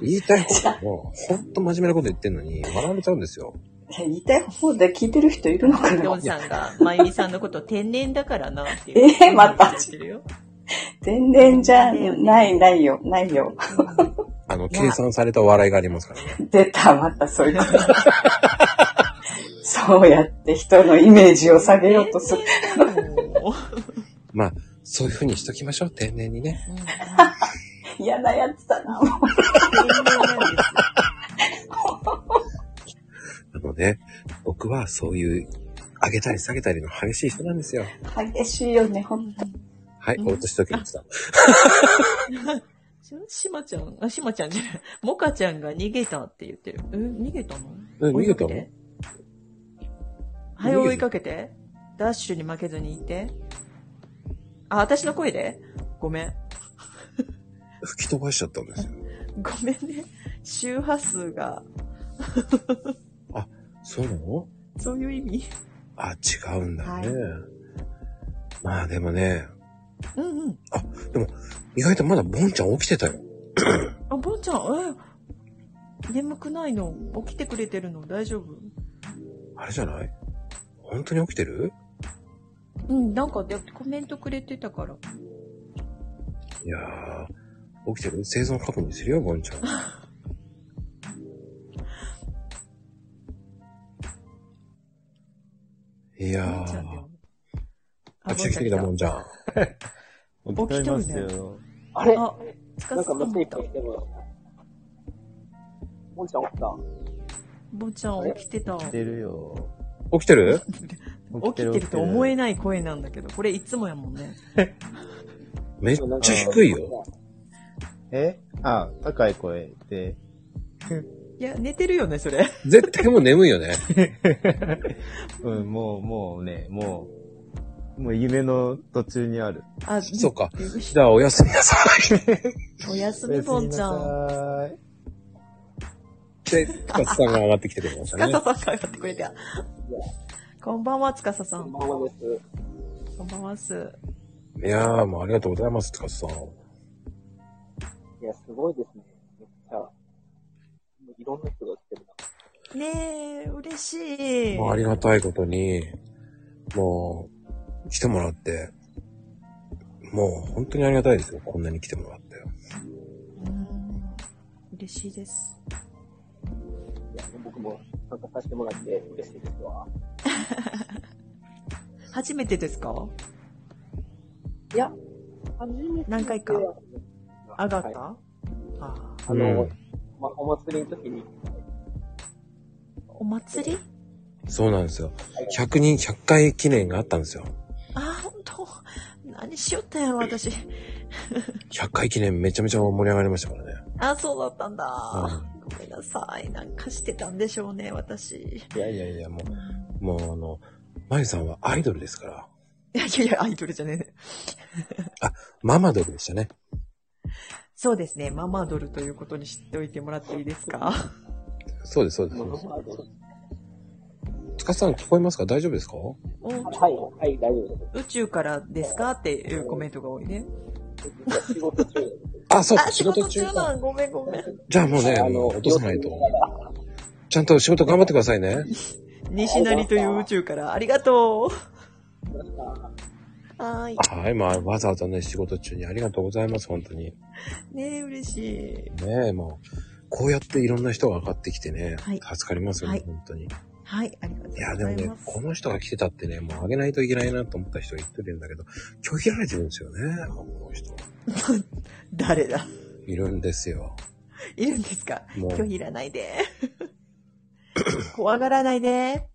Speaker 1: 言いたいことも、ほんと真面目なこと言ってんのに、笑われちゃうんですよ。
Speaker 7: いや言いたい方で聞いてる人いるのか
Speaker 2: りょ
Speaker 7: なん
Speaker 2: さんが、まゆみさんのこと天然だからな、っていう。
Speaker 7: えーまた
Speaker 2: 言ってるよ
Speaker 7: 全然じゃない、ないよ、ないよ。
Speaker 1: あの、
Speaker 2: いや
Speaker 1: 計算された笑いがありますからね。
Speaker 7: 出た、またそういうこと。 そうやって人のイメージを下げようとする。
Speaker 2: 天然だよ
Speaker 1: まあ、そういう風にしときましょう、天然にね。
Speaker 2: うん
Speaker 7: 嫌なやつだな、もう。
Speaker 1: あのね、僕はそういう、上げたり下げたりの激しい人なんですよ。
Speaker 7: 激しいよね、ほんと。
Speaker 1: はい、
Speaker 2: うん
Speaker 1: 落としときました。
Speaker 2: しまちゃん、あ、しまちゃんじゃない。もかちゃんが逃げたって言ってる。え、逃げたの
Speaker 1: え逃げたの
Speaker 2: 追いかけてはい、追いかけて。ダッシュに負けずにいて。あ、私の声でごめん。
Speaker 1: 吹き飛ばしちゃったんですよ。
Speaker 2: ごめんね。周波数が、
Speaker 1: そうなの
Speaker 2: そういう意味。
Speaker 1: あ、違うんだね。
Speaker 2: は
Speaker 1: まあでもね、
Speaker 2: うんうん。
Speaker 1: 意外とまだボンちゃん起きてたよ。
Speaker 2: あ、ぼんちゃん、え眠くないの起きてくれてるの大丈夫
Speaker 1: あれじゃない本当に起きてる
Speaker 2: うん、なんかでコメントくれてたから。
Speaker 1: いやー、起きてる生存確認するよ、ボンちゃん。 いや
Speaker 2: ぼんちゃんだ
Speaker 1: ー
Speaker 2: よ、あ
Speaker 1: あ、来た来た来た、ボンちゃん。
Speaker 2: 起きてますよ
Speaker 8: よ。
Speaker 9: あれ
Speaker 2: あ、つか
Speaker 9: なん
Speaker 2: つか
Speaker 9: かメッセ
Speaker 2: もい
Speaker 9: ージ
Speaker 2: た
Speaker 9: 来。てる。もんちゃん起きた
Speaker 2: ぼんちゃん起きてた。
Speaker 8: 起きてるよ。
Speaker 1: 起きてる
Speaker 2: 起きてると思え
Speaker 8: ない。
Speaker 2: ない声なんだけど、これいつもやもんね。
Speaker 1: めっちゃ低いよ。。
Speaker 8: えあ、高い声で。
Speaker 2: いや、寝てるよね、それ。
Speaker 1: 絶対もう眠いよね。
Speaker 8: うん、もう、もうね、もう、もう夢の途中にある。
Speaker 2: あ、
Speaker 1: そうか。じゃあ、おやすみなさい。
Speaker 2: おやすみ、ぼんちゃん。
Speaker 8: ん。
Speaker 1: で、つかつさんが上がってきてくれまし
Speaker 2: つ
Speaker 1: た
Speaker 2: か
Speaker 1: ね。
Speaker 2: ささんがやってくれた。こんばんは、つかささ
Speaker 9: こん
Speaker 2: ん。
Speaker 9: ばんはです。
Speaker 2: こんばんはっす。
Speaker 1: いやー、もうありがとうございます、つかつさん。
Speaker 9: いや、すごいですね。めっちゃ、もういろんな人が来てるな。
Speaker 2: ねえ、嬉しい。
Speaker 1: もうありがたいことに、もう、来てもらって、もう本当にありがたいですよ、こんなに来てもらって。
Speaker 2: うん嬉しいです。
Speaker 9: いや、僕も参加させてもらって嬉しいですわ。
Speaker 2: 初めてですか何回か上がっ
Speaker 9: はい
Speaker 2: た、あー
Speaker 9: あ
Speaker 1: う
Speaker 9: の
Speaker 1: ん、
Speaker 9: ま、お祭りの時に、
Speaker 2: お祭り
Speaker 1: そうなんですよ。100人、100回記念があったんですよ。
Speaker 2: あー、ほんと。何しよったんやろ、私。
Speaker 1: 100回記念めちゃめちゃ盛り上がりましたからね。
Speaker 2: あ、そうだったんだ。ごめんなさい。なんかしてたんでしょうね、私。
Speaker 1: いやいやいや、もう、もうあの、マリさんはアイドルですから、
Speaker 2: いやいやいや、アイドルじゃねえ。
Speaker 1: ママドルでしたね。
Speaker 2: そうですね、ママドルということに知っておいてもらっていいですか
Speaker 1: そうです、そうです。
Speaker 9: もうあの
Speaker 1: つかさん聞こえますか大丈夫ですか
Speaker 2: お
Speaker 9: はい、はい、大丈夫で
Speaker 2: 宇宙からですかっていうコメントが多いね。
Speaker 9: す。実は仕事中なんです
Speaker 1: あ、そう
Speaker 2: あ、
Speaker 1: か、
Speaker 2: 仕
Speaker 1: 仕
Speaker 2: 事
Speaker 1: 事
Speaker 2: 中
Speaker 1: 中
Speaker 2: な
Speaker 1: か。
Speaker 2: んごめんごめん。
Speaker 1: じゃあもうね、
Speaker 9: あの
Speaker 1: 落とさないと。ちゃんと仕事頑張ってくださいね。
Speaker 2: 西成という宇宙から、ありがとう。はーい。
Speaker 1: はい、まあ、わざわざね、仕事中にありがとうございます、本当に。
Speaker 2: ねえ、嬉しい。
Speaker 1: ねえ、もう、こうやっていろんな人が上がってきてね、
Speaker 2: はい
Speaker 1: 助かりますよね、
Speaker 2: はい
Speaker 1: 本当に。い
Speaker 2: はい、ありがとうご
Speaker 1: や、で
Speaker 2: ざ
Speaker 1: も
Speaker 2: い
Speaker 1: ね
Speaker 2: ま、す。
Speaker 1: この人が来てたってね、もうあげないといけないなと思った人が言ってるんだけど、拒否られてるんですよね、この人。
Speaker 2: 誰だ
Speaker 1: いるんですよ。
Speaker 2: いるんですか
Speaker 1: もう
Speaker 2: 拒否いらないで。怖がらないで。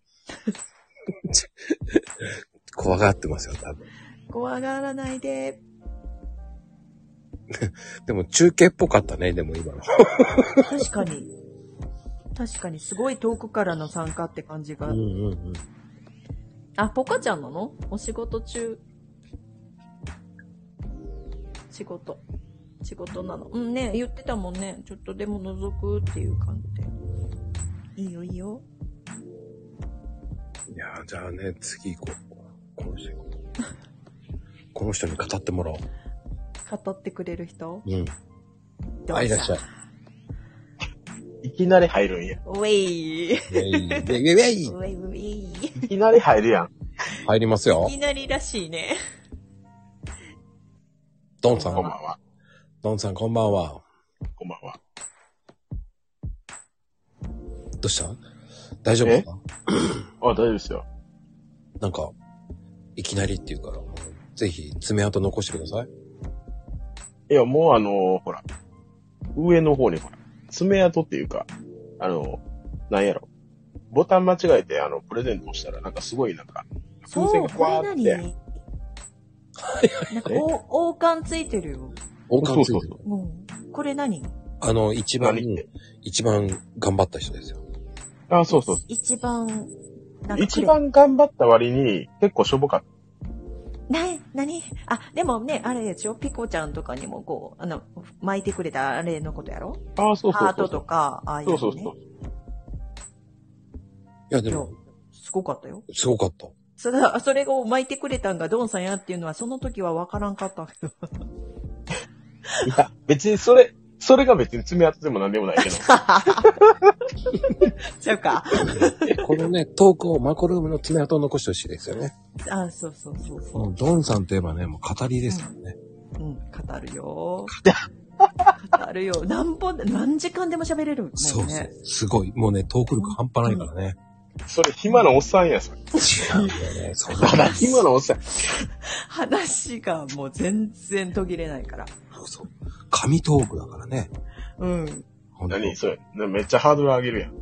Speaker 1: 怖がってますよ、多分。
Speaker 2: 怖がらないで。
Speaker 1: でも中継っぽかったね、でも今の。
Speaker 2: 確かに。確かに、すごい遠くからの参加って感じが。
Speaker 1: うんうんうん。
Speaker 2: あ、ポカちゃんなのお仕事中。仕事。仕事なの。うんね、言ってたもんね。ちょっとでも覗くっていう感じで。いいよいいよ。
Speaker 1: いやーじゃあね、次行こう。この人行こう。この人に語ってもらおう。
Speaker 2: 語ってくれる人
Speaker 1: うん。
Speaker 2: どう
Speaker 1: はい、いらっしゃい。
Speaker 9: いきなり入るんや。
Speaker 2: ウェイ
Speaker 1: ウェイウェイウェイ
Speaker 2: ウェイウェイ
Speaker 9: いきなり入るやん。
Speaker 1: 入りますよ
Speaker 2: いき。なりらしいね。
Speaker 1: ドンさん、
Speaker 9: こんばんは。
Speaker 1: ドンさん、こんばんは。
Speaker 9: こんばんは。
Speaker 1: どうした大丈夫ですか
Speaker 9: あ、大丈夫ですよ。
Speaker 1: なんか、いきなりっていうから、ぜひ爪痕残してください。
Speaker 9: いや、もうあのーほら、上の方にほら、爪痕っていうか、あのーなんやろ。ボタン間違えて、あの、プレゼントをしたら、なんかすごい、なんか、風船
Speaker 2: そう、
Speaker 9: が
Speaker 2: これ
Speaker 9: わーっ
Speaker 2: 何
Speaker 9: て。
Speaker 2: なんか王、王冠ついてるよ。
Speaker 1: 王
Speaker 9: そ
Speaker 1: 冠
Speaker 9: う
Speaker 1: つい
Speaker 9: そう
Speaker 1: て
Speaker 9: そ
Speaker 1: る
Speaker 9: う。
Speaker 2: うん。これ何
Speaker 1: あの、一番
Speaker 9: 何っ、て。
Speaker 1: 一番頑張った人ですよ。
Speaker 9: あ、そうそう。
Speaker 2: 一番、なんかくれ
Speaker 9: 一番頑張った割に、結構しょぼかっ
Speaker 2: な、なにあ、でもね、あれでしょピコちゃんとかにもこう、あの、巻いてくれたあれのことやろ
Speaker 9: た。あ、そうそうそうそう。
Speaker 2: ハートとか、ああいう
Speaker 9: そ
Speaker 2: の、
Speaker 9: う
Speaker 2: ね。
Speaker 9: そうそう。
Speaker 1: いや、で
Speaker 2: いや
Speaker 1: も、
Speaker 2: すごかったよ。
Speaker 1: すごかった。
Speaker 2: それが、それを巻いてくれたんがドンさんやっていうのは、その時はわからんかったけど。
Speaker 9: いや、別にそれ、それが別に爪痕でも何でもない けど。
Speaker 2: ちゃうか。
Speaker 1: このね、 トークをマコルームの爪痕を残してほしいですよね。
Speaker 2: あ、そうそうそうそう。
Speaker 1: うんドンさんといえばね、もう語りですからね。
Speaker 2: うん、語るよ。語るよ。何本、何時間でも喋れるもんね。
Speaker 1: そうそう。すごい。もうね、トーク力半端ないからね。
Speaker 9: それ、暇なおっさんやさ。
Speaker 1: 違うんだよね。そんな
Speaker 9: ただ、暇なおっさん。
Speaker 2: 話がもう全然途切れないから。
Speaker 1: そう。神トークだからね。
Speaker 2: うん。
Speaker 1: 本当
Speaker 9: 何それ。なめっちゃハードル上げるやん。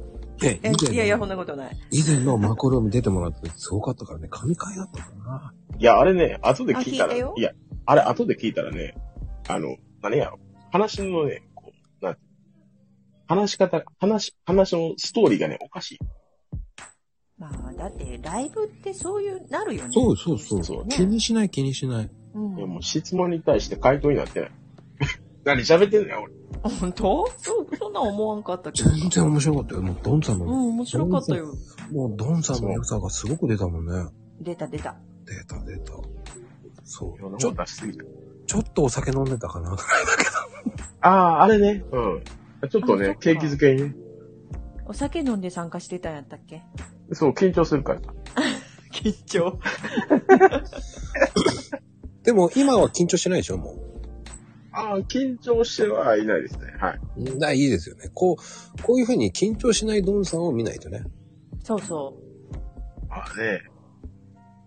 Speaker 1: え、
Speaker 2: え
Speaker 1: 以前
Speaker 2: いやいや、そんなことない。
Speaker 1: 以前のマコルーム出てもらった時すごかったからね、神回だったからな。
Speaker 9: いや、あれね、後で聞いた
Speaker 2: あ聞いた
Speaker 9: ら、
Speaker 2: よ
Speaker 9: いや、あれ後で聞いたらね、あの、何やろ。話のね、こう、なんて話し方、話、話のストーリーがね、おかしい。
Speaker 2: まあ、だって、ライブってそういう、なるよね。
Speaker 1: そうそうそう。
Speaker 9: そう
Speaker 1: 気にしない気にしない。
Speaker 2: う
Speaker 9: いや
Speaker 2: ん。
Speaker 9: もう質問に対して回答になってない。 何喋ってんのよ、俺。
Speaker 2: 本当そう、そんなん思わんかったけど。
Speaker 1: 全然面白かったよ。もうドンさん
Speaker 2: うん、
Speaker 1: の、
Speaker 2: 面白かったよ。
Speaker 1: もうドンさんの良さがすごく出たもんね。
Speaker 2: 出た出た。
Speaker 1: 出た出た。そ
Speaker 9: いろん
Speaker 1: う。
Speaker 9: な
Speaker 1: ち
Speaker 9: こ
Speaker 1: ょ
Speaker 9: と、出しすぎた。
Speaker 1: ちょっとお酒飲んでたかな。
Speaker 9: ああ、あれね。うん。ちょっと
Speaker 2: あそっ
Speaker 9: ね
Speaker 2: か、
Speaker 9: 景気づけにね。
Speaker 2: お酒飲んで参加してたんやったっけ
Speaker 9: そう、緊張するから。
Speaker 2: 緊張。
Speaker 1: でも今は緊張してないでしょ、もう。
Speaker 9: ああ、緊張してはいないですね。はい。
Speaker 1: だいいですよね。こう、こういうふうに緊張しないドンさんを見ないとね。
Speaker 2: そうそ
Speaker 9: まあね。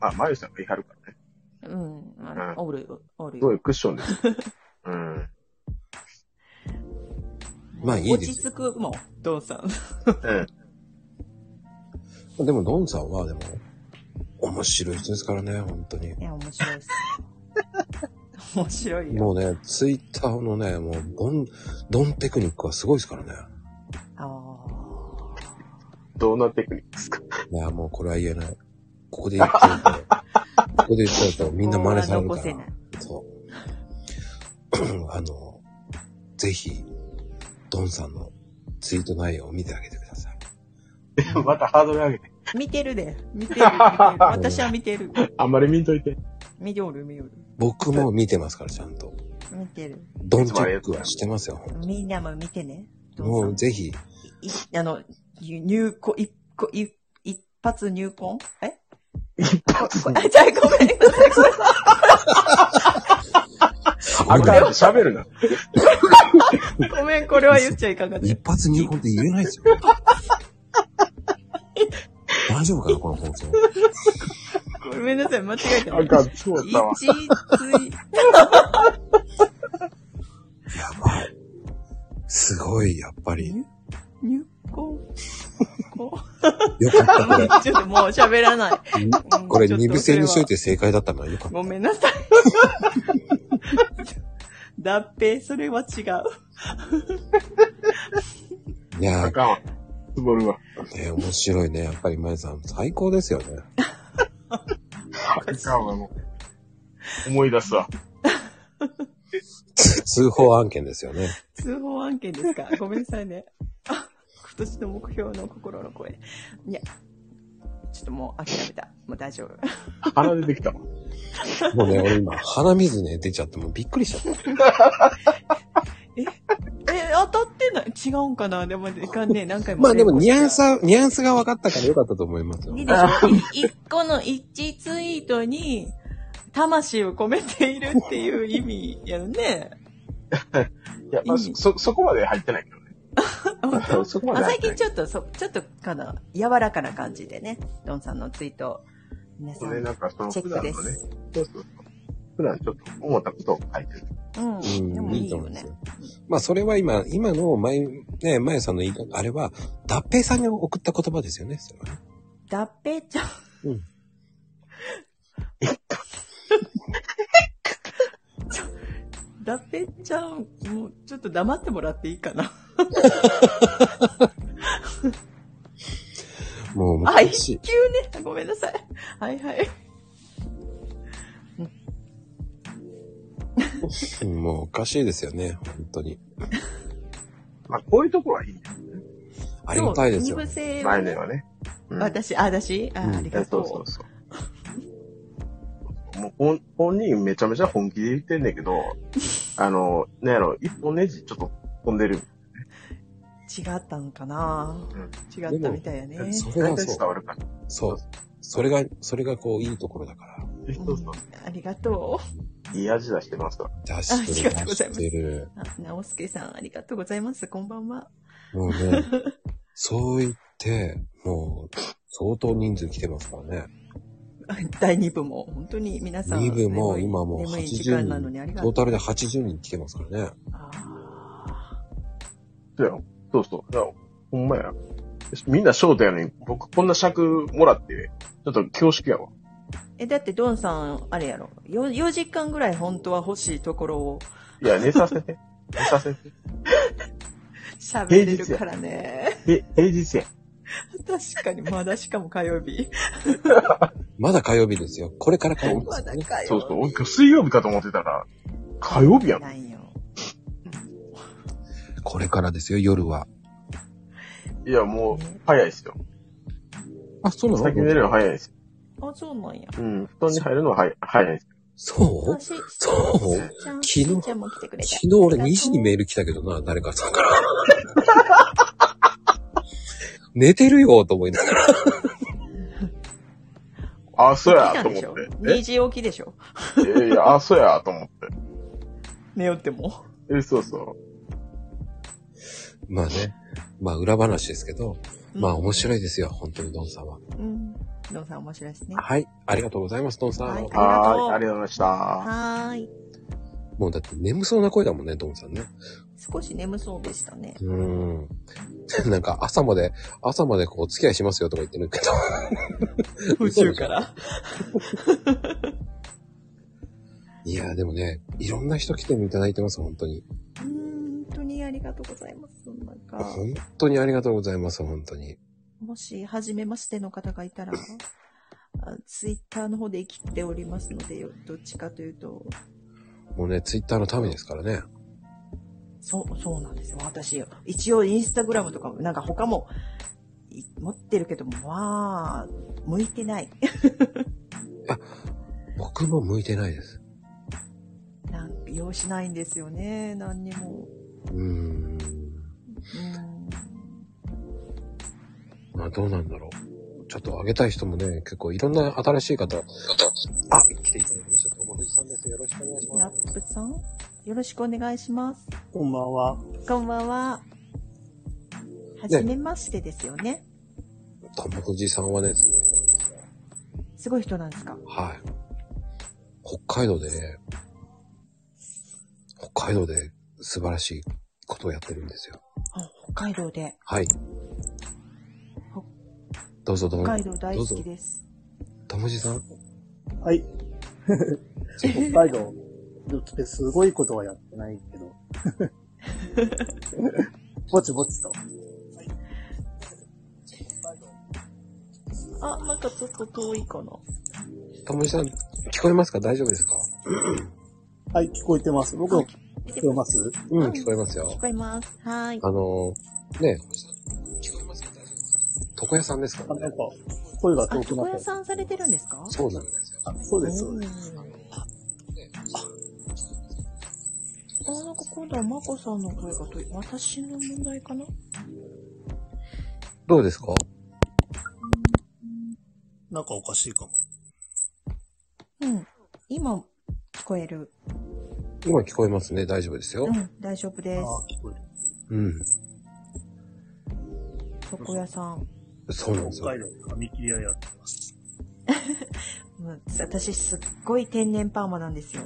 Speaker 9: まあ、まゆさんが言い張るからね。
Speaker 2: う。うん。あのおるよ、おる
Speaker 9: すご
Speaker 2: よ。
Speaker 9: いクッショ ンです。うん。
Speaker 1: まあいいで
Speaker 2: 落ち
Speaker 1: す。
Speaker 2: 着くもん、ドンさん。
Speaker 9: うん。
Speaker 1: でもドンさんは、でも、面白い人ですからね、本当に。
Speaker 2: いや、面白いっす。面白いよ。
Speaker 1: もうね、ツイッターのね、もう、ドン、ドンテクニックはすごいですからね。
Speaker 2: ああ。
Speaker 9: どんなテクニックですか
Speaker 1: いや、もうこれは言えない。ここで言っちゃう と、ここで言っちゃうとみんな真似されるか
Speaker 2: ここは残
Speaker 1: ら。そう。あの、ぜひ、ドンさんのツイート内容を見てあげてください。
Speaker 9: またハードル上げて。
Speaker 2: 見てるで。見てる。見てる私は見てる。
Speaker 9: あんまり見んといて。
Speaker 2: 見よる、見よる。
Speaker 1: 僕も見てますから、ちゃんと。
Speaker 2: 見てる。
Speaker 1: ドンチェックはしてますよ。
Speaker 2: みんなも見てね。
Speaker 1: もうぜひ、
Speaker 2: いあの、ゆ入婚、一個、一一発入婚え一発じゃあごめんなさい。
Speaker 9: あかん喋るな。
Speaker 2: ごめん、これは言っちゃいかんがった。
Speaker 1: 一発入魂って言えないですよ。大丈夫かな、この放送。
Speaker 2: ごめんなさい、間違えた。
Speaker 9: あかん、そうやったわ。
Speaker 2: 一つい、
Speaker 1: やばい。すごい、やっぱり。
Speaker 2: 入婚。こ
Speaker 1: よかった、これ。
Speaker 2: うち ょっともう喋らない。うん
Speaker 1: これ、
Speaker 2: ちょっと
Speaker 1: 二部制にしといて正解だったのはよかった。
Speaker 2: ごめんなさい。 脱平、それは違う。
Speaker 1: いや
Speaker 9: あ
Speaker 1: ー、
Speaker 9: かんわ。つぼるわ。
Speaker 1: ね、面白いね。やっぱり、まゆさん、最高ですよね。
Speaker 9: あかんわ、もう。思い出すわ。
Speaker 1: つ通報案件ですよね。
Speaker 2: 通報案件ですか ごめんなさいね。あ、今年の目標の心の声。いや、ちょっともう諦めた。もう大丈夫。
Speaker 9: 鼻出てきたわ。
Speaker 1: もうね、俺今、鼻水ね、出ちゃって、もうびっくりしちゃっ
Speaker 2: え、当たってない違うんかなでも、いかんね何回
Speaker 1: た。
Speaker 2: も。
Speaker 1: まあでも、ニュアンスは、ニュアンスが分かったからよかったと思いますよ。
Speaker 2: いいでしょい一個の一ツイートに、魂を込めているっていう意味やのね。
Speaker 9: いや、まあ、そそ、そこまで入っ てないけどね。
Speaker 2: 本当
Speaker 9: そこま
Speaker 2: あ
Speaker 9: で入
Speaker 2: 最
Speaker 9: ってな
Speaker 2: 近ちょっ
Speaker 9: い。
Speaker 2: と、そ、ちょっとかな、柔らかな感じでね、ドンさんのツイート、皆さ
Speaker 9: これ
Speaker 2: ん、
Speaker 9: なんかその
Speaker 2: チェ
Speaker 9: 普
Speaker 2: ックで
Speaker 9: 段のね、
Speaker 2: す。
Speaker 9: そうそうそう。普段ちょっと思ったことを書いてる。
Speaker 2: うん。で
Speaker 1: う
Speaker 2: も
Speaker 1: ん、い
Speaker 2: い
Speaker 1: い
Speaker 2: い
Speaker 1: と
Speaker 2: よ
Speaker 1: 思いま
Speaker 2: ね
Speaker 1: す。よ。まあ、それは今、今の、まゆ、ね、まゆさんの言い方、あれは、脱平さんに送った言葉ですよね、それはね。
Speaker 2: だっぺちゃん。
Speaker 1: うん
Speaker 2: ちょだっぺちゃん、もう、ちょっと黙ってもらっていいかな。
Speaker 1: もう、
Speaker 2: あ、
Speaker 1: 難し
Speaker 2: 一
Speaker 1: い。
Speaker 2: 級ね。ごめんなさい。はいはい。
Speaker 1: もうおかしいですよね、本当に。
Speaker 9: まあ、こういうところはいいんだよ。
Speaker 1: ありがたいです
Speaker 2: そう
Speaker 1: よ
Speaker 2: 二。部制は
Speaker 9: 前
Speaker 2: ね
Speaker 9: 年はね。うん
Speaker 2: 私、あ、私あ
Speaker 1: うん
Speaker 2: あり
Speaker 9: いや
Speaker 2: がと。
Speaker 9: そううそうそう。もう本本人めちゃめちゃ本気で言ってんねん けど、あの、なんやろ、一本ネジちょっと飛んでる。
Speaker 2: 違ったんかな、
Speaker 9: うん
Speaker 2: 違ったみたいやね。
Speaker 1: それ
Speaker 9: 大
Speaker 1: が
Speaker 9: 体
Speaker 1: そ
Speaker 9: 伝
Speaker 1: う。
Speaker 9: わるから。
Speaker 1: そう。それが、それがこう、いいところだから。
Speaker 9: そう
Speaker 2: うん
Speaker 9: そう
Speaker 2: ありがと
Speaker 9: いい味出してますわ。
Speaker 1: 出してる、
Speaker 2: ありがとう
Speaker 1: 出
Speaker 2: ござい
Speaker 1: し
Speaker 2: ます
Speaker 1: てる。
Speaker 2: う。あ直輔さん、ありがとうございます。こんばんは。
Speaker 1: もうね、そう言って、もう、相当人数来てますからね。
Speaker 2: 第2部も、本当に皆さん。
Speaker 1: 2部も
Speaker 2: 眠い
Speaker 1: 今もう
Speaker 2: 眠い時間なの
Speaker 1: 80
Speaker 2: にあり
Speaker 1: 人、
Speaker 2: が
Speaker 1: ト
Speaker 2: と
Speaker 1: ータ
Speaker 2: う。
Speaker 1: ルで80人来てますからね。
Speaker 2: あ
Speaker 9: そうやろそうそう。だからほんまや。みんなショートやのに、僕こんな尺もらって、ちょっと恐縮やわ。
Speaker 2: ーえ、だって、ドンさん、あれやろ。よ4時間ぐらい本当は欲しいところを
Speaker 9: いや、寝させ て。寝させて。
Speaker 2: 喋れるからね。
Speaker 9: え、平日や。
Speaker 2: 確かに、まだしかも火曜日。
Speaker 1: まだ火曜日ですよ。これから火曜日で
Speaker 2: ます
Speaker 1: よ
Speaker 2: だ
Speaker 1: ね。
Speaker 2: 火曜日。
Speaker 9: そうそう。俺今日水曜日かと思ってたら、火曜日やん。
Speaker 2: ないよ。
Speaker 1: これからですよ、夜は。
Speaker 9: いや、もう、早いっすよ。
Speaker 1: あ、そうな
Speaker 9: 先寝る
Speaker 1: の
Speaker 9: の早いっすよ。
Speaker 2: あ、そうなんや。
Speaker 9: うん。布団に入るのは早い早いっす
Speaker 1: そう
Speaker 2: あし
Speaker 1: そう
Speaker 2: しーちゃ
Speaker 1: 昨
Speaker 2: ん、
Speaker 1: 日
Speaker 2: しーちゃんも来てくれた。
Speaker 1: 昨日俺2時にメール来たけどな、誰かさんから。 寝てるよ、と思いながら。
Speaker 9: あ、そう
Speaker 2: 起き
Speaker 9: や、
Speaker 2: た
Speaker 9: と
Speaker 2: んでしょ
Speaker 9: 思って。
Speaker 2: 2時起きでしょ
Speaker 9: え、いやいや、あ、そうや、と思って。
Speaker 2: 寝よっても。
Speaker 9: え、そうそ
Speaker 1: まあね、まあ裏話ですけど、 まあ
Speaker 2: うん
Speaker 1: 面白いですよ、本当にドンさんは。
Speaker 2: うん。ドンさん面白いですね。
Speaker 1: はい、ありがとうございます、ドンさん。
Speaker 2: はい
Speaker 9: はーい、ありがとうございました。
Speaker 2: はーい。
Speaker 1: もうだって眠そうな声だもんね、ドンさんね。
Speaker 2: 少し眠そうでしたね。
Speaker 1: うーん。 なんか朝まで、朝までこうお付き合いしますよとか言ってるけど。
Speaker 2: 宇宙か。ら。
Speaker 1: いや、でもね、いろんな人来ていただいてます、本当に。
Speaker 2: うーん、本当にありがとうございます。なんか、
Speaker 1: 本当にありがとうございます、本当に。
Speaker 2: もし、初めましての方がいたら、あツイッターの方で生きておりますので、よどっちかというと、
Speaker 1: もうね、ツイッターのためですからね。
Speaker 2: そう、そうなんですよ。私、一応インスタグラムとかも、なんか他も、い持ってるけど、まあ、向い てない。
Speaker 1: 僕も向いてないです。
Speaker 2: なん美容しないんですよね、何にも。
Speaker 1: うん。
Speaker 2: うん。
Speaker 1: まあどうなんだろう。ちょっとあげたい人もね、結構いろんな新しい方、あ、来ていただきました。ともふじさんです。よろしくお願いし
Speaker 2: ラ
Speaker 1: ます。
Speaker 2: ップさんよろしくお願いします。
Speaker 6: こんばんは。
Speaker 2: こんばんは。はじめましてですよね。
Speaker 1: ともふじさんはね、すごい人なんですよ。
Speaker 2: すごい人なんですか
Speaker 1: はい。北海道でね、北海道で素晴らしいことをやってるんですよ。
Speaker 2: あ北海道で。
Speaker 1: はい。どうぞどう
Speaker 2: 北
Speaker 1: ぞ
Speaker 2: 海。道大好きです。
Speaker 1: ともじさん
Speaker 10: はい。 北海道ってすごいことはやってないけど。 ぼちぼちと。
Speaker 2: あ、なんかちょっと遠いかな。
Speaker 1: ともじさん、聞こえますか大丈夫ですか
Speaker 10: はい、聞こえてます。僕の聞
Speaker 2: 聞
Speaker 10: こえます
Speaker 1: うん、聞こえますよ
Speaker 2: 聞。こえます。はーい。
Speaker 1: あのー、ね、聞こえますか大丈夫ですか床屋さんですか
Speaker 10: あ、
Speaker 1: ら
Speaker 10: なん
Speaker 1: ね
Speaker 10: か。、声が
Speaker 2: あ、
Speaker 10: 遠くな
Speaker 2: 床
Speaker 10: っ
Speaker 2: 屋
Speaker 10: た。
Speaker 2: さんされてるんですか
Speaker 1: そうなんですよ。
Speaker 10: あそうです。そう
Speaker 2: うん
Speaker 10: です
Speaker 2: あ、なんか今度はまこさんの声がとい、私の問題かな
Speaker 1: どうですか
Speaker 10: なんかおかしいかも。
Speaker 2: うん。今、聞こえる。
Speaker 1: 今聞こえますね。大丈夫ですよ
Speaker 2: う。ん、大丈夫
Speaker 10: あ
Speaker 2: で
Speaker 10: ー聞こえる。
Speaker 1: うん。
Speaker 2: す。床屋さん。
Speaker 1: そうなんです
Speaker 10: 北
Speaker 1: よ
Speaker 10: 海。道、紙切り屋やってます。
Speaker 2: うん私、すっごい天然パーマなんですよ。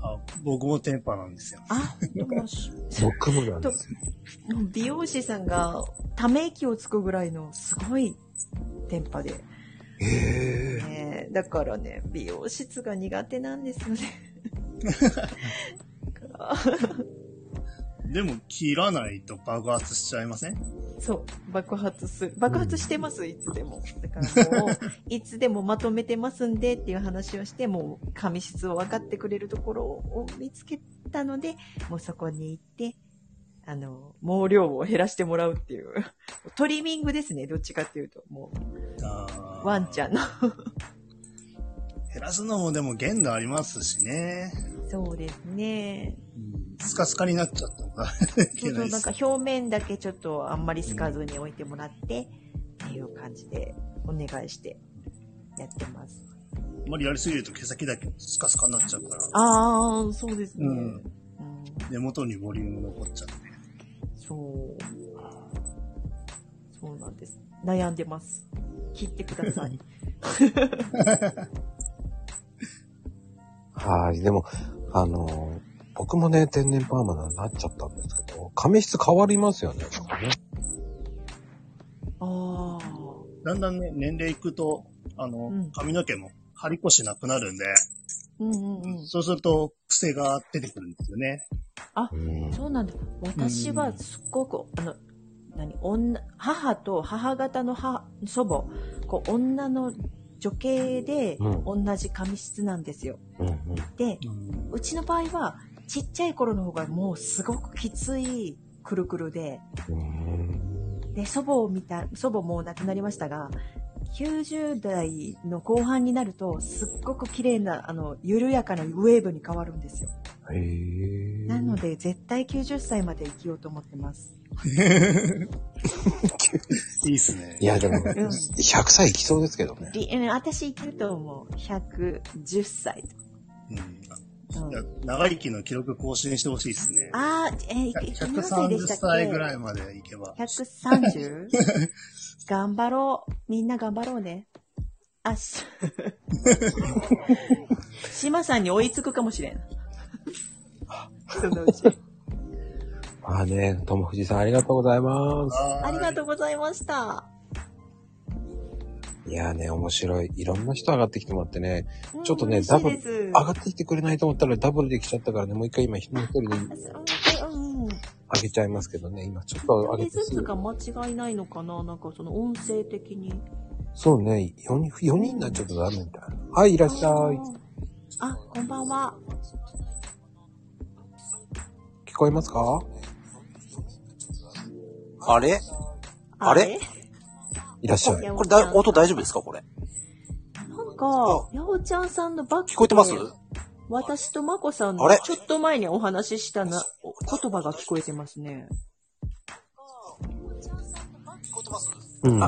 Speaker 10: あ僕もテンパなんですよ。
Speaker 2: あ、でも、し
Speaker 1: 僕もなんですよ。
Speaker 2: 美容師さんがため息をつくぐらいのすごい電波で。
Speaker 1: ええ
Speaker 2: ねえだからね、美容室が苦手なんですよね。だから
Speaker 10: でも、切らないと爆発しちゃいません
Speaker 2: そう、爆発する。爆発してます、いつでも。だからも う、いつでもまとめてますんでっていう話をして、もう、紙質を分かってくれるところを見つけたので、もうそこに行って、あの、毛量を減らしてもらうっていう。トリミングですね、どっちかっていうと。も
Speaker 10: あ
Speaker 2: う、ワンちゃん
Speaker 10: の。
Speaker 2: の。
Speaker 10: 減らすのもでも限度ありますしね。
Speaker 2: そうですね。
Speaker 10: スカスカになっちゃったからい
Speaker 2: そうそ、
Speaker 10: けないうで
Speaker 2: なん
Speaker 10: す
Speaker 2: か。表面だけちょっとあんまり好かずに置いてもらって、っていう感じで、お願いして、やってます。
Speaker 10: あんまりやりすぎると毛先だけスカスカになっちゃうから、
Speaker 2: ああ、そうですね。
Speaker 10: うん
Speaker 2: うん
Speaker 10: 根元にボリューム残っちゃって。
Speaker 2: そう。そうなんです。悩んでます。切ってください。
Speaker 1: はい。でも、あのー僕もね、天然パーマになっちゃったんですけど、髪質変わりますよね。
Speaker 2: ああ。
Speaker 10: だんだんね、年齢いくと、あの、
Speaker 2: うん
Speaker 10: 髪の毛も張り越しなくなるんで、
Speaker 2: うんうんうん。
Speaker 10: そうすると癖が出てくるんですよね。
Speaker 1: うん。
Speaker 2: そうなんだ。私はすっごく、あの、何、女、母と母方の母、祖母、こう、女の女系で
Speaker 1: う
Speaker 2: 同じ髪質なんですよ。
Speaker 1: うんうん。
Speaker 2: で、うちの場合は、ちっちゃい頃の方がもうすごくきついくるくるで、
Speaker 1: うん
Speaker 2: で、祖母を見た、祖母もう亡くなりましたが、90代の後半になると、すっごく綺麗な、あの、緩やかなウェーブに変わるんですよ。
Speaker 1: へえ。
Speaker 2: なので、絶対90歳まで生きようと思ってます。
Speaker 10: いいっすね
Speaker 1: い。や、でも、100
Speaker 2: うん。
Speaker 1: 歳いきそうですけどね。
Speaker 2: りうん私生きると思う。110歳
Speaker 10: うん
Speaker 2: と。う
Speaker 10: いや
Speaker 2: ん、
Speaker 10: 長生きの記録更新してほしいですね。
Speaker 2: あー、えーいけ、何歳で
Speaker 10: 130
Speaker 2: したっ
Speaker 10: 歳
Speaker 2: け
Speaker 10: ぐらいまでいけば。
Speaker 2: 130? 頑張ろう。みんな頑張ろうね。あし。島さんに追いつくかもしれん。そのうち。
Speaker 1: まあね、ともふじさんありがとうございます。
Speaker 2: あ
Speaker 10: あ
Speaker 2: りがとうございました。
Speaker 1: いやね、面白い。いろんな人上がってきてもらってね、
Speaker 2: うん
Speaker 1: ちょっとね
Speaker 2: 嬉しいです
Speaker 1: 上がってきてくれないと思ったらダブルできちゃったからね、もう一回今一人で
Speaker 2: あそううん
Speaker 1: 上げちゃいますけどね、今ちょっと上げて
Speaker 2: ず
Speaker 1: す
Speaker 2: つ
Speaker 1: ぐ
Speaker 2: が間違いないのかななんかその音声的に。
Speaker 1: そうね、4人、四人になっちゃうとダメみたいな。はい、いらっしゃい。
Speaker 2: あ、こんばんは。
Speaker 1: 聞こえますか
Speaker 11: あれあれ
Speaker 1: いらっしゃい。
Speaker 2: やお
Speaker 11: これ
Speaker 2: ちゃん
Speaker 11: だ、音大丈夫ですかこれ。
Speaker 2: なんか、やおちゃんさんのバッグで
Speaker 11: 聞こえてます
Speaker 2: 私とまこさん
Speaker 9: あ
Speaker 2: の
Speaker 9: れ
Speaker 2: ちょっと前にお話ししたなお言葉が聞こえてますね。
Speaker 12: うん。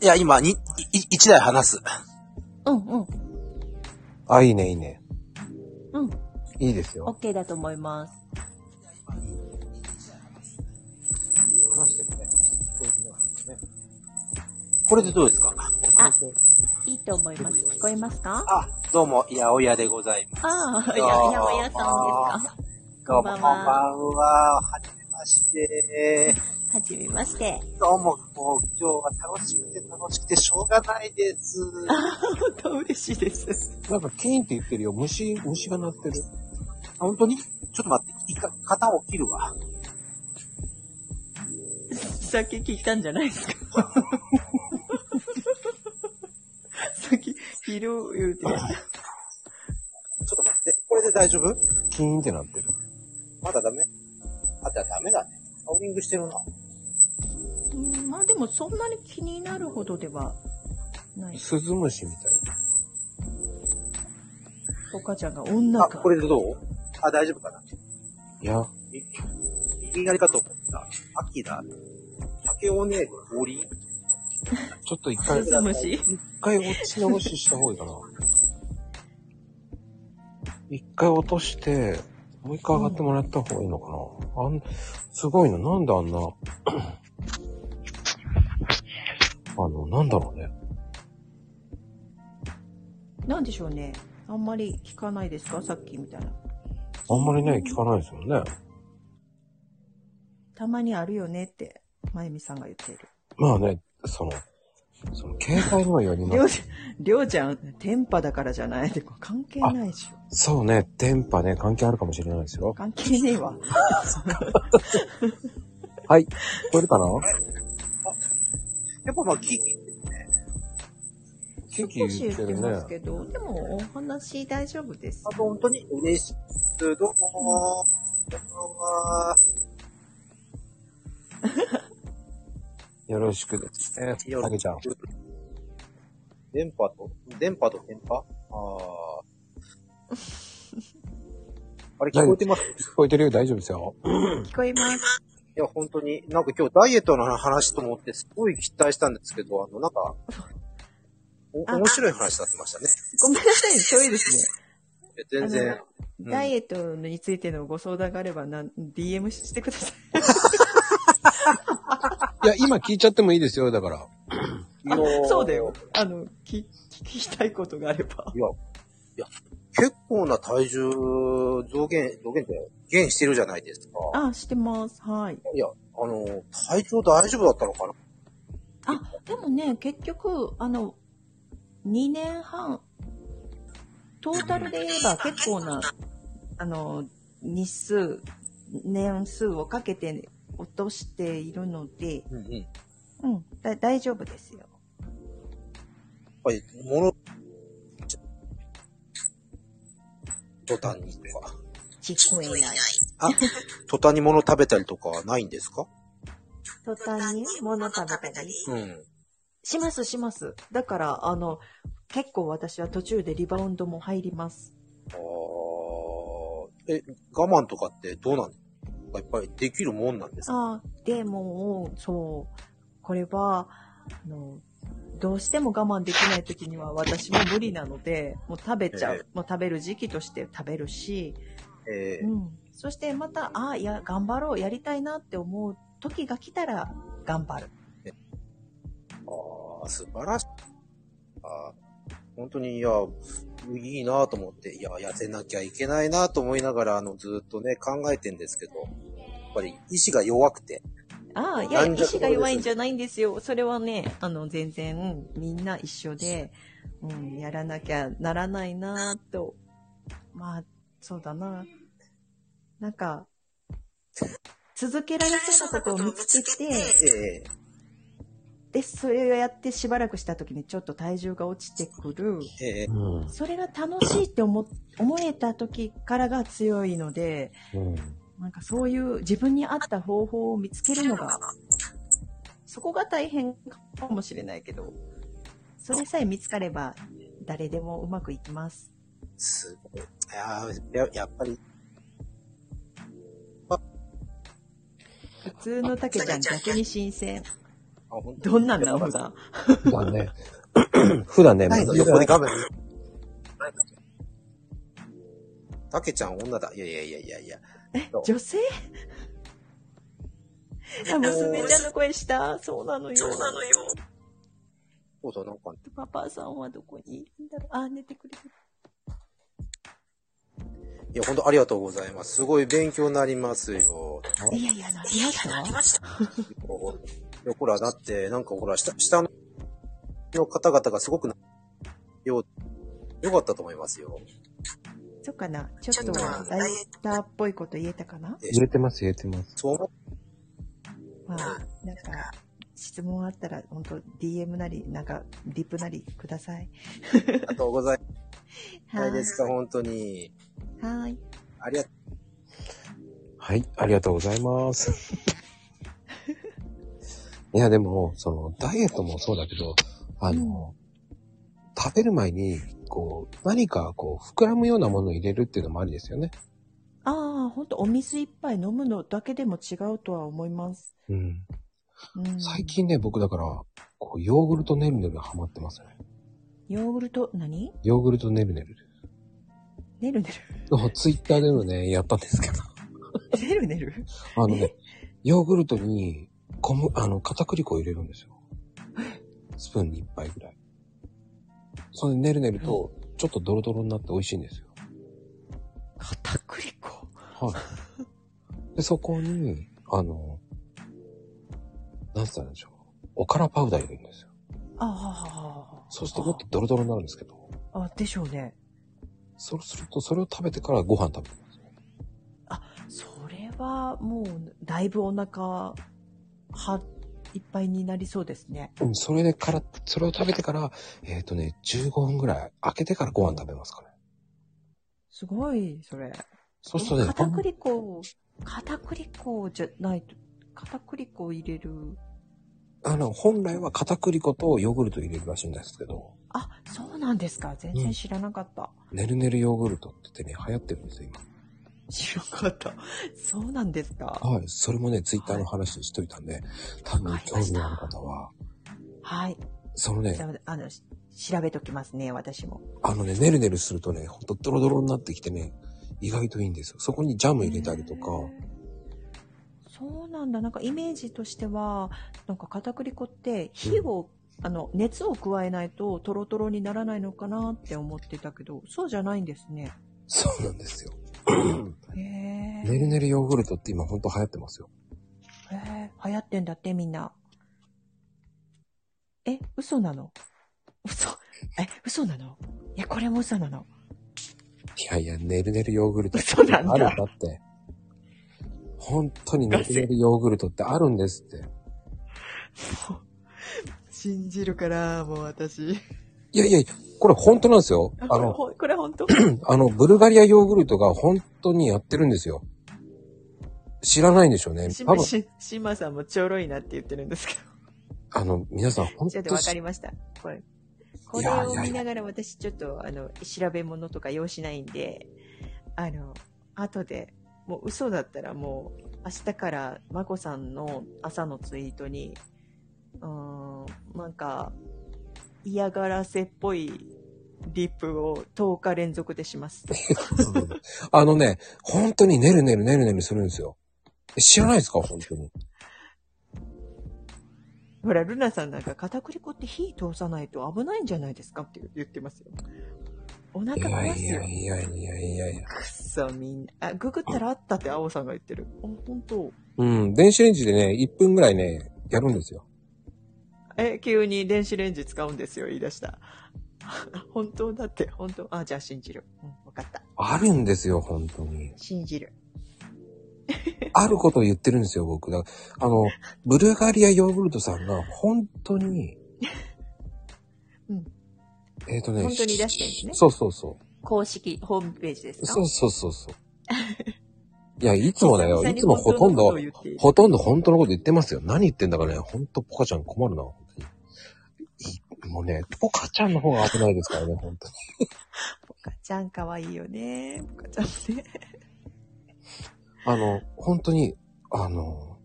Speaker 9: いや、今、に、い、一台話す。
Speaker 2: うんうん。
Speaker 1: あ、いいね、いいね。
Speaker 2: うん。
Speaker 1: いいですよ。
Speaker 2: OK だと思います。
Speaker 9: 話してるね。これでどうですか
Speaker 2: あ、いいと思います。聞こえますか
Speaker 9: あ、どうも、いやおやでございます。
Speaker 2: ああ、
Speaker 9: どう
Speaker 2: や
Speaker 9: も
Speaker 2: おやおやさんですか
Speaker 9: ど
Speaker 2: こん
Speaker 9: うも、こん
Speaker 2: ばん
Speaker 9: ば
Speaker 2: は
Speaker 9: んは。はじめまして。
Speaker 2: はじめまして。
Speaker 9: どうも、もう今日は楽しくて楽しくてしょうがないです。
Speaker 2: 本当嬉しいです。
Speaker 1: なんか、キーンって言ってるよ。虫、虫が鳴ってる。
Speaker 9: あ本当にちょっと待って、一回、肩を切るわ。
Speaker 2: さっき聞いたんじゃないですか さっき、昼言うてました。
Speaker 9: ちょっと待って、これで大丈夫
Speaker 1: キーンってなってる。
Speaker 9: まだダメあ、じゃあダメだね。カウリングしてるな。
Speaker 2: うんまあでもそんなに気になるほどではない。
Speaker 1: スズムシみたいな。
Speaker 2: お母ちゃんが女か。
Speaker 9: これでどうあ、大丈夫かない
Speaker 1: や、
Speaker 9: 右左かと思った。アキラ竹尾ね森
Speaker 1: ちょっと一回、
Speaker 9: スズムシ
Speaker 1: 一回落ち直しした方がいいかな。一回落として、もう一回上がってもらった方がいいのかな。あん、すごいな。なんであんな、あの、なんだろうね。
Speaker 2: なんでしょうね。あんまり聞かないですかさっきみたいな。
Speaker 1: あんまりね、聞かないですよね。
Speaker 2: たまにあるよねって、まゆみさんが言ってる。
Speaker 1: まあね、その、その、携帯にもより
Speaker 2: りょ
Speaker 1: ま
Speaker 2: う
Speaker 1: す。
Speaker 2: りょうちゃん、天パだからじゃないでも関係ないでしょ。
Speaker 1: そうね、電波ね、関係あるかもしれないですよ。
Speaker 2: 関係ねえわ。
Speaker 1: はい、聞こえるかな
Speaker 9: やっぱまあ、キ
Speaker 1: キキ
Speaker 2: 少
Speaker 1: 言
Speaker 2: し言
Speaker 1: っ
Speaker 2: ってて
Speaker 1: る
Speaker 2: ます
Speaker 1: ね。
Speaker 2: けど、でもお話大丈夫です。
Speaker 9: あ、本当に嬉しいです。どうもどうも
Speaker 1: よろしくですね。たけちゃん。
Speaker 9: 電波と電波と電波あ あ。あれ聞こえてます
Speaker 1: 聞こえてるよ、大丈夫ですよ。
Speaker 2: 聞こえます。
Speaker 9: いや、本当に、なんか今日ダイエットの話と思ってすごい期待したんですけど、あの、なんか、お面白い話になってましたね。
Speaker 2: ごめんなさい、そういうですね。
Speaker 9: え全然。うん
Speaker 2: ダイエットについてのご相談があればなん、DM してください。
Speaker 1: いや、今聞いちゃってもいいですよ、だから。
Speaker 2: あそうだよ。あの、き聞きたいことがあれば。
Speaker 9: いや、いや、結構な体重増減、増減って、減してるじゃないですか。
Speaker 2: あ、してます。はい。
Speaker 9: いや、あの、体調大丈夫だったのかな
Speaker 2: あ、でもね、結局、あの、2年半、トータルで言えば結構な、あの、日数、年数をかけて落としているので、
Speaker 9: うんうん。やっ
Speaker 2: うん、だ大丈夫ですよ。
Speaker 9: ぱり、もの、途端にとか。
Speaker 2: 聞こえない。
Speaker 9: あ、途端に物食べたりとかはないんですか
Speaker 2: 途端に物食べたり
Speaker 9: うん。
Speaker 2: します、します。だから、あの、結構私は途中でリバウンドも入ります。
Speaker 9: あーえ、我慢とかってどうなんですかやっぱりできるもんなんですか
Speaker 2: あーでも、そう、これは、あの、どうしても我慢できない時には私も無理なので、もう食べちゃう。
Speaker 9: ええ
Speaker 2: もう食べる時期として食べるし、
Speaker 9: え
Speaker 2: う
Speaker 9: ー
Speaker 2: ん。そしてまた、ああ、いや、頑張ろう、やりたいなって思う時が来たら、頑張る。
Speaker 9: あー素晴らしい。あー本当に、いや、いいなと思って、いや、痩せなきゃいけないなと思いながら、あの、ずーっとね、考えてんですけど、やっぱり意志が弱くて、
Speaker 2: ああ、いや、
Speaker 9: 軟
Speaker 2: 意
Speaker 9: 弱
Speaker 2: 志が弱いんじゃないんですよ。それはね、あの、全然、みんな一緒で、うん、やらなきゃならないなぁと。まあ、そうだな。なんか、続けられそうなことを見つけて、
Speaker 9: え
Speaker 2: で、それをやってしばらくした時にちょっと体重が落ちてくる。
Speaker 9: えええ
Speaker 2: それが楽しいって思、思えた時からが強いので、なんかそういう自分に合った方法を見つけるのが、そこが大変かもしれないけど、それさえ見つかれば誰でもうまくいきます。
Speaker 11: すごい。いやーややっぱり、
Speaker 2: 普通の竹ちゃん逆に新鮮。
Speaker 11: あ、本
Speaker 2: どんなんだ、普段。
Speaker 1: 普段ね。 普段ね、
Speaker 11: ないの、横に画面。たけちゃん女だ。いやいやいやいやいや。
Speaker 2: 女性あ、娘ちゃんの声した。そうなのよ。そうなのよ。
Speaker 11: そうだ、なんか、
Speaker 2: パパさんはどこにいるんだろう。あ、寝てくれてる。
Speaker 11: いや、本当ありがとうございます。すごい勉強になりますよ。
Speaker 2: いやいや、なりました。なりました。
Speaker 11: いや、ほら、だって、なんかほら、下、下の方々がすごくな、よ、よかったと思いますよ。
Speaker 2: そっかな。ちょっと、ダイエッターっぽいこと言えたかな
Speaker 1: 言えてます、言えてます。
Speaker 11: そう思
Speaker 2: まあ、なんか、質問あったら、本当 DM なり、なんか、リプなりください。
Speaker 11: ありがとうございます。ないですか、本当に。
Speaker 2: はい。
Speaker 11: ありがと
Speaker 1: はい、ありがとうございます。 いや、でも、その、ダイエットもそうだけど、あの、食べる前に、こう、何か、こう、膨らむようなものを入れるっていうのもありですよね。
Speaker 2: ああ、本当お水一杯飲むのだけでも違うとは思います。
Speaker 1: うん。
Speaker 2: うん、
Speaker 1: 最近ね、僕だから、こう、ヨーグルトねるねるハマってますね。
Speaker 2: ヨーグルト、何
Speaker 1: ヨーグルトねるね る。
Speaker 2: ねるね
Speaker 1: ツイッターでもね、やったんですけど。
Speaker 2: る。ねるねる
Speaker 1: あのね、ヨーグルトに、小む、あの、片栗粉を入れるんですよ。スプーンに一杯ぐらい。それでねるねると、ちょっとドロドロになって美味しいんですよ。
Speaker 2: 片栗粉
Speaker 1: はい。で、そこに、あの、なんつったらいいんでしょう。おからパウダー入れるんですよ。
Speaker 2: ああ
Speaker 1: そうするともっとドロドロになるんですけど、
Speaker 2: ああ、あ、でしょうね。
Speaker 1: そうするとそれを食べてからご飯食べる。
Speaker 2: それは、もう、だいぶお腹は、いっぱいになりそうですね。
Speaker 1: うん、それでから、それを食べてから、えっ、とね、15分ぐらい開けてからご飯食べますから。
Speaker 2: すごい、それ。
Speaker 1: そうするとね、
Speaker 2: 片栗粉を、片栗粉じゃないと、片栗粉を入れる。
Speaker 1: あの、本来は片栗粉とヨーグルト入れるらしいんですけど、
Speaker 2: あ、そうなんですか。全然知らなかった。
Speaker 1: ねるねるヨーグルトって言ってね、流行ってるんですよ、今。
Speaker 2: 知らなかった。そうなんですか。
Speaker 1: はい。それもね、ツイッターの話にしといたんで、多分興味のある方は、
Speaker 2: はい。
Speaker 1: そのね
Speaker 2: じ、ゃあ、あの、し調べときますね、私も。
Speaker 1: あのね、ねるねるするとね、ほんとドロドロになってきてね、意外といいんですよ。そこにジャム入れたりとか、
Speaker 2: そうなんだ。なんかイメージとしては、なんか片栗粉って火を、あの、熱を加えないとトロトロにならないのかなって思ってたけど、そうじゃないんですね。
Speaker 1: そうなんですよ。
Speaker 2: へえ。
Speaker 1: ねるねるヨーグルトって今ほんと流行ってますよ。
Speaker 2: へー流行ってんだって、みんな。え、嘘なの嘘え、嘘なのいや、これも嘘なの
Speaker 1: いやいや、ねるねるヨーグルトって
Speaker 2: 嘘なんだ
Speaker 1: あるんだって。本当にねるねるヨーグルトってあるんですって。
Speaker 2: 信じるから、もう私。
Speaker 1: いやいや、これ本当なんですよ。あ
Speaker 2: これ
Speaker 1: の、
Speaker 2: ほん、これ本当
Speaker 1: あの、ブルガリアヨーグルトが本当にやってるんですよ。知らないんでしょうね。
Speaker 2: し
Speaker 1: 多分、
Speaker 2: し、しまさんもちょろいなって言ってるんですけど。
Speaker 1: あの、皆さん本
Speaker 2: ちょっ
Speaker 1: 当
Speaker 2: とわか
Speaker 1: に
Speaker 2: りました。これ。これ
Speaker 1: やいやい
Speaker 2: を
Speaker 1: や
Speaker 2: 見ながら私ちょっと、あの、調べ物とか用しないんで、あの、後で、もう嘘だったらもう、明日から、まこさんの朝のツイートに、うーん、なんか、嫌がらせっぽいリップを10日連続でします。
Speaker 1: あのね、本当にねるねるねるねるするんですよ。え知らないですか本当に。
Speaker 2: ほら、ルナさんなんか片栗粉って火通さないと危ないんじゃないですかって言ってますよ。お腹
Speaker 1: いや
Speaker 2: 壊
Speaker 1: い
Speaker 2: すよ
Speaker 1: や。いやいやいやいや。
Speaker 2: くそ、みんな。あ、ググったらあったって、青さんが言ってる。あ、本当。
Speaker 1: うん、電子レンジでね、1分ぐらいね、やるんですよ。
Speaker 2: え、急に電子レンジ使うんですよ、言い出した。 本当だって、本当。あ、じゃあ信じる。うん、わかった。
Speaker 1: あるんですよ、本当に。
Speaker 2: 信じる。
Speaker 1: あることを言ってるんですよ、僕。だあの、ブルガリアヨーグルトさんが本当に、
Speaker 2: うん
Speaker 1: えっ、とね、
Speaker 2: 本当に出してるんですね
Speaker 1: そうそうそう。
Speaker 2: 公式ホームページですか
Speaker 1: そうそうそうそう。 いや、いつもだよ。
Speaker 2: 久々
Speaker 1: い
Speaker 2: に
Speaker 1: つもほとん
Speaker 2: 本当のこと
Speaker 1: ど
Speaker 2: を言っている、
Speaker 1: ほとんど本当のこと言ってますよ。何言ってんだかね、ほんとポカちゃん困るな、本当に。いもうね、ポカちゃんの方が危ないですからね、本当に。
Speaker 2: ポカちゃん可愛いよね。ぽかちゃんね。
Speaker 1: あの、本当に、あの、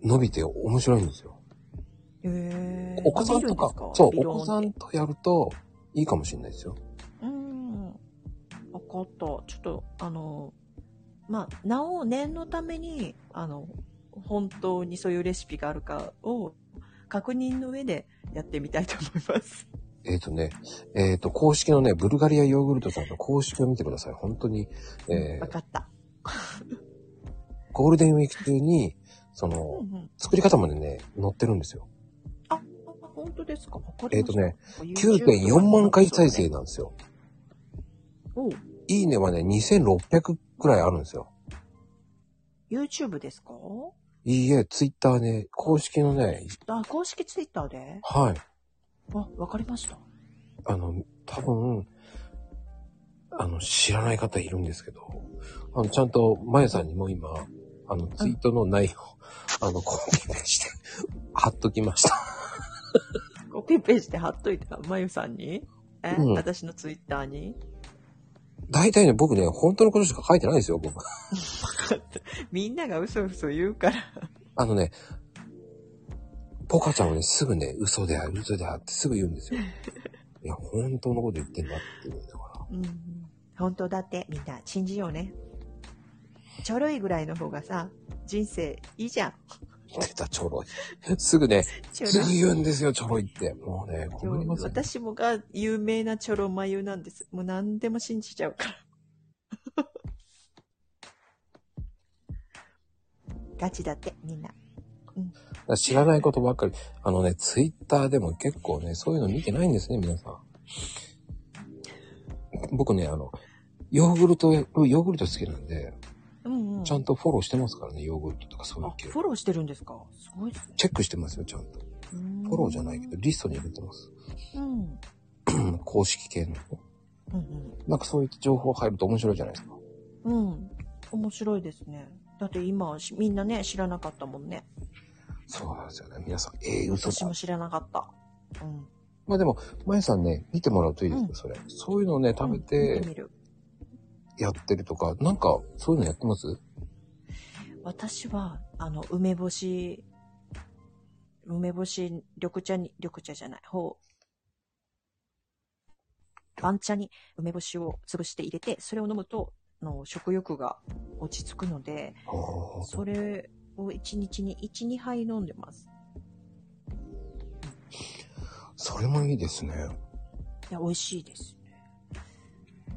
Speaker 1: 伸びて面白いんですよ。
Speaker 2: え
Speaker 1: お子さんとか、そう、お子さんとやるといいかもしれないですよ。
Speaker 2: うん。わかった。ちょっと、あの、まあ、なお念のために、あの、本当にそういうレシピがあるかを確認の上でやってみたいと思います。
Speaker 1: えっ、とね、えっ、と、公式のね、ブルガリアヨーグルトさんの公式を見てください。本当に、え
Speaker 2: わかった。
Speaker 1: ゴールデンウィーク中に、その、作り方までね、載ってるんですよ。
Speaker 2: あ本当ですかわか
Speaker 1: えっ、
Speaker 2: りま
Speaker 1: と
Speaker 2: した
Speaker 1: ね、9.4万回再生なんですよ。
Speaker 2: お
Speaker 1: いいねはね、2600くらいあるんですよ。
Speaker 2: YouTube ですか
Speaker 1: いいえ、ツイッターね、公式のね、
Speaker 2: あ、公式 Twitter で
Speaker 1: はい。
Speaker 2: あ、わかりました。
Speaker 1: あの、多分、あの、知らない方いるんですけど、あの、ちゃんと、まやさんにも今、あの、ツイートの内容、あの、コピペして、貼っときました。
Speaker 2: コピペして貼っといた、まゆさんにえ、
Speaker 1: うん
Speaker 2: 私の Twitter に
Speaker 1: 大体ね、僕ね、本当のことしか書いてないんですよ、僕。
Speaker 2: みんなが嘘嘘言うから。
Speaker 1: あのね、ポカちゃんはね、すぐね、嘘であ、嘘であってすぐ言うん ですよ。いや、本当のこと言ってんだっていうのが。
Speaker 2: うん。本当だって、みんな信じようね。ちょろいぐらいの方がさ、人生いいじゃん。
Speaker 1: 出た、ちょろい。すぐね、
Speaker 2: ちょろい
Speaker 1: すぐ言うんですよ、ちょろいって。もうね、困りますよ。
Speaker 2: 私もが有名なチョロ眉なんです。もう何でも信じちゃう から。ガチだって、みんな。
Speaker 1: だから知らないことばっかり。あのね、ツイッターでも結構ね、そういうの見てないんですね、皆さん。僕ね、あの、ヨーグルト、ヨーグルト好きなんで、
Speaker 2: うんうん。
Speaker 1: ちゃんとフォローしてますからね、ヨーグルトとかそういう系。
Speaker 2: フォローしてるんですかすごいですね。
Speaker 1: チェックしてますよ、ちゃんと。
Speaker 2: フ
Speaker 1: ォローじゃないけど、リストに入れてます。
Speaker 2: うん。
Speaker 1: 公式系の。
Speaker 2: うん
Speaker 1: なんかそういった情報入ると面白いじゃないですか。
Speaker 2: うん。うん。面白いですね。だって今、しみんなね、知らなかったもんね。
Speaker 1: そうなんですよね。皆さん、ええ嘘
Speaker 2: 私
Speaker 1: だ
Speaker 2: も。知らなかった。うん。
Speaker 1: まあでも、まゆさんね、見てもらうといいですよ、それ。そういうのをね、食べ
Speaker 2: 見
Speaker 1: て
Speaker 2: てみる。
Speaker 1: やってるとか、なんか、そういうのやってます
Speaker 2: 私は、あの、梅干し、梅干し、緑茶に、緑茶じゃない、ほう。番茶に梅干しを潰して入れて、それを飲むと、あの食欲が落ち着くので、それを1日に1、2杯飲んでます。
Speaker 1: それもいいですね。
Speaker 2: いや、美味しいですね。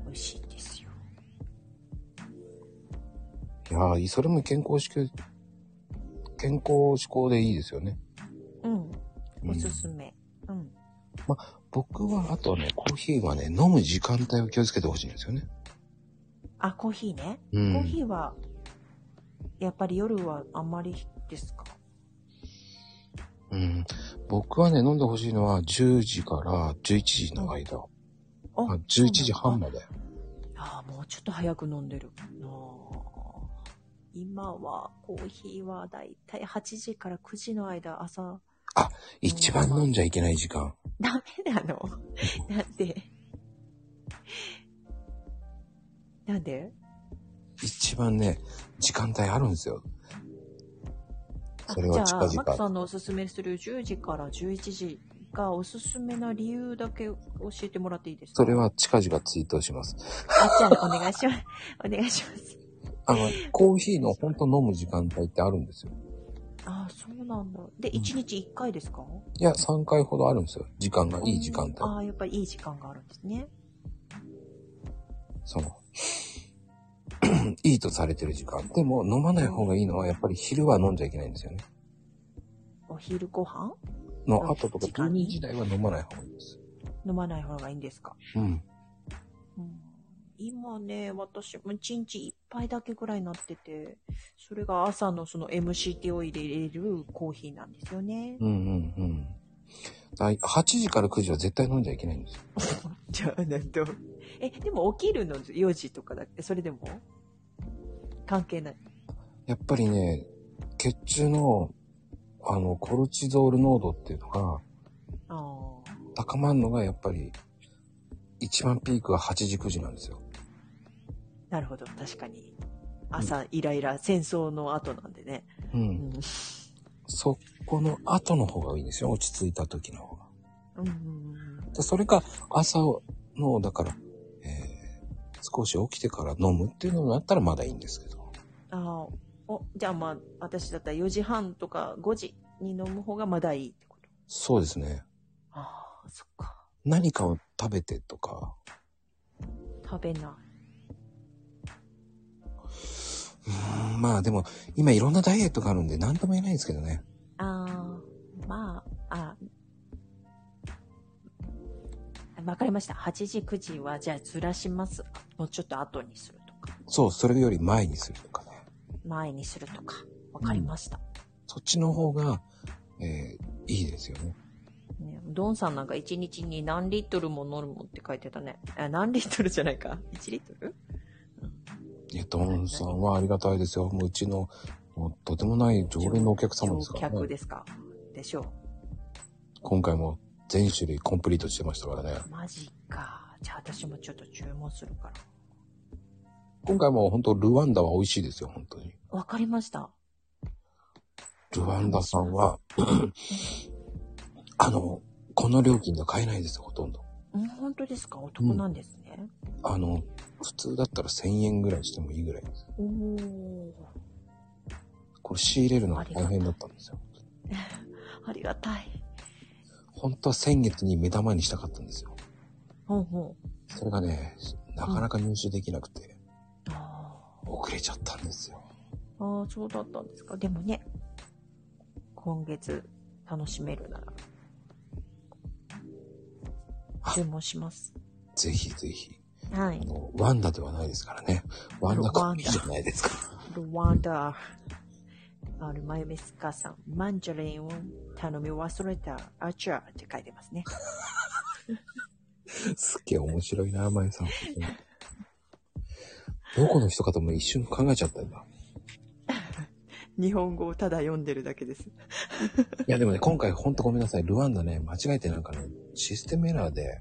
Speaker 2: 美味しいですよ。
Speaker 1: いやーそれも健康志向、健康志向でいいですよね。
Speaker 2: うん。おすすめ。うん。
Speaker 1: 僕は、あとね、コーヒーはね、飲む時間帯を気をつけてほしいんですよね。
Speaker 2: あ、コーヒーね。
Speaker 1: うん
Speaker 2: コーヒーは、やっぱり夜はあんまりですか
Speaker 1: うん。僕はね、飲んでほしいのは、10時から11時の間。
Speaker 2: あ
Speaker 1: 11時半まで。
Speaker 2: ああ、もうちょっと早く飲んでるなあ。今は、コーヒーはだいたい8時から9時の間、朝、
Speaker 1: 一番飲んじゃいけない時間。
Speaker 2: ダメなのなんでなんで
Speaker 1: 一番ね、時間帯あるんですよ。それ
Speaker 2: じゃ
Speaker 1: は近
Speaker 2: あ、マックさ
Speaker 1: 々。
Speaker 2: んのおすすめする10時から11時がおすすめな理由だけ教えてもらっていいですか
Speaker 1: それは近々ツイートします。
Speaker 2: あ、じゃあ、お願いします。お願いします。
Speaker 1: あの、コーヒーのほんと飲む時間帯ってあるんですよ。
Speaker 2: ああ、そうなんだ。で、1日1回ですか、
Speaker 1: いや、3回ほどあるんですよ。時間が、いい時間帯。
Speaker 2: ああ、やっぱりいい時間があるんですね。
Speaker 1: その、いいとされてる時間。でも、飲まない方がいいのは、やっぱり昼は飲んじゃいけないんですよね。
Speaker 2: お昼ご飯
Speaker 1: の後とか、12時台は飲まない方がいいです。
Speaker 2: 飲まない方がいいんですか
Speaker 1: うん。
Speaker 2: 今ね、私も1日1杯だけぐらいになってて、それが朝のその MCT を入れれるコーヒーなんですよね。
Speaker 1: うんうんうん。だい8時から9時は絶対飲んじゃいけないんですよ。
Speaker 2: じゃあ、なんと。え、でも起きるの4時とかだっけそれでも関係ない。
Speaker 1: やっぱりね、血中の、あの、コルチゾール濃度っていうのが、
Speaker 2: ああ。
Speaker 1: 高まるのがやっぱり、一番ピークは8時、9時なんですよ。
Speaker 2: なるほど。確かに。朝、イライラ、戦争の後なんでね。
Speaker 1: うん。そこの後の方がいいんですよ。落ち着いた時の方が。でそれか、朝の、だから、えー少し起きてから飲むっていうのになったらまだいいんですけど。
Speaker 2: ああ、お、じゃあまあ、私だったら4時半とか5時に飲む方がまだいいってこ
Speaker 1: そうですね。
Speaker 2: ああ、そっ
Speaker 1: か。何かを食べてとか、
Speaker 2: と。食べな
Speaker 1: うーんまあでも、今いろんなダイエットがあるんで何とも言えないんですけどね。
Speaker 2: い。ああ、まあ、あ、わかりました。8時、9時は、じゃあずらします。もうちょっと後にする。
Speaker 1: そう、それより前にするとか。
Speaker 2: 前にするとか。わかりました。
Speaker 1: そっちの方が、えーいいですよね。
Speaker 2: ね、ドンさんなんか1日に何リットルも飲むって書いてたね。あ何リットルじゃないか。1リットル
Speaker 1: いや、ドンさんはありがたいですよ。もううちの、もうとてもない常連のお客様ですから
Speaker 2: 客
Speaker 1: ね。
Speaker 2: ですか。でしょう。
Speaker 1: 今回も全種類コンプリートしてましたからね。
Speaker 2: マジか。じゃあ私もちょっと注文するから。
Speaker 1: 今回も本当ルワンダは美味しいですよ、本当に。
Speaker 2: わかりました。
Speaker 1: ルワンダさんは、 あの、この料金では買えないですよ、ほとんど。
Speaker 2: うん、本当ですかお得なんですね。
Speaker 1: あの、普通だったら1000円ぐらいしてもいいぐらいです。
Speaker 2: おー。
Speaker 1: これ仕入れるのが大変だったんですよ。
Speaker 2: ありがたい。
Speaker 1: 本当は先月に目玉にしたかったんですよ。
Speaker 2: ほんほ
Speaker 1: それがね、なかなか入手できなくて、遅れちゃったんですよ。
Speaker 2: ん。ああ、そうだったんですか。でもね、今月楽しめるなら。注文します。
Speaker 1: ぜひぜひ。
Speaker 2: はい。
Speaker 1: ワンダではないですからね。ワンダコピーじゃないですから。
Speaker 2: ルワンダ。あれ、マユミスカさん、マンジャリンを頼み忘れた、あちゃーって書いてますね。
Speaker 1: すっげえ面白いな、まゆさん。どこの人かとも一瞬考えちゃったんだ。
Speaker 2: 日本語をただ読んでるだけです。
Speaker 1: いや、でもね、今回ほんとごめんなさい。ルワンダね、間違えてなんかね、システムエラーで、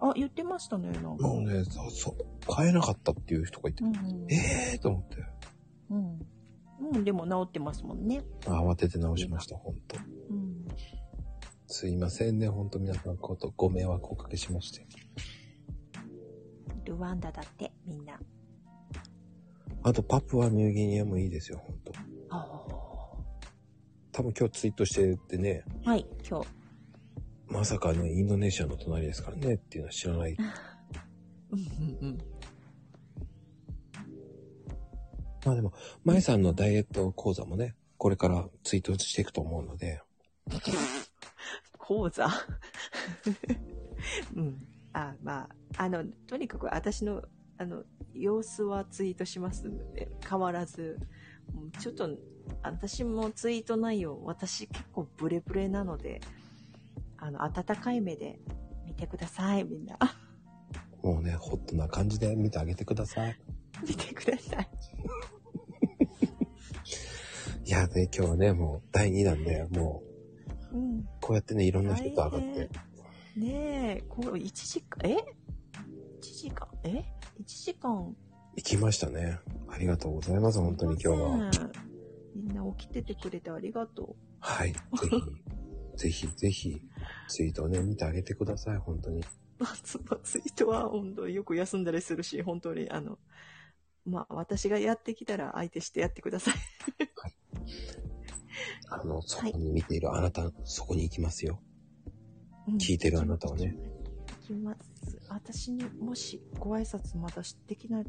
Speaker 2: あ、言ってましたね、なんか。
Speaker 1: もうね、そ、そ、買えなかったっていう人がいて、ええーと思って、
Speaker 2: うん。うん、でも治ってますもんね。
Speaker 1: 慌てて直しました、ほんと。
Speaker 2: うん。
Speaker 1: すいませんね、ほんと皆さん、こと、ご迷惑おかけしまして。
Speaker 2: ルワンダだって、みんな。
Speaker 1: あと、パプアニューギニアもいいですよ、ほんと。多分今日ツイートしててね、
Speaker 2: はい、今日。
Speaker 1: まさかね、インドネシアの隣ですからねっていうのは知らない。
Speaker 2: うんうんうん。
Speaker 1: まあでも、まゆさんのダイエット講座もね、これからツイートしていくと思うので、
Speaker 2: 講座 うん。あ、まあ、あの、とにかく私の、あの、様子はツイートしますので、変わらず。うんちょっと、私もツイート内容、私結構ブレブレなので、あの、温かい目で見てください、みんな。
Speaker 1: もうね、ホットな感じで見てあげてください。
Speaker 2: 見てください。
Speaker 1: いやね、今日はね、もう第2弾で、もう、
Speaker 2: うん。
Speaker 1: こうやってね、いろんな人と上がって、
Speaker 2: ねえ、こう、1時間、え ?1 時間、え ?1 時間
Speaker 1: 行きましたね。ありがとうございます、本当に今日は。
Speaker 2: ねえみんな起きててくれてありがと
Speaker 1: はい。ぜひ、ぜひ、ぜひ、ツイートをね、見てあげてください、本当に。
Speaker 2: う。 ツイートは本当よく休んだりするし、本当にあの、まあ私がやってきたら相手してやってください。
Speaker 1: あの、そこに見ているあなた、そこに行きますよ。聞いてるあなたはね。
Speaker 2: いきます。私にもしご挨拶まだできない、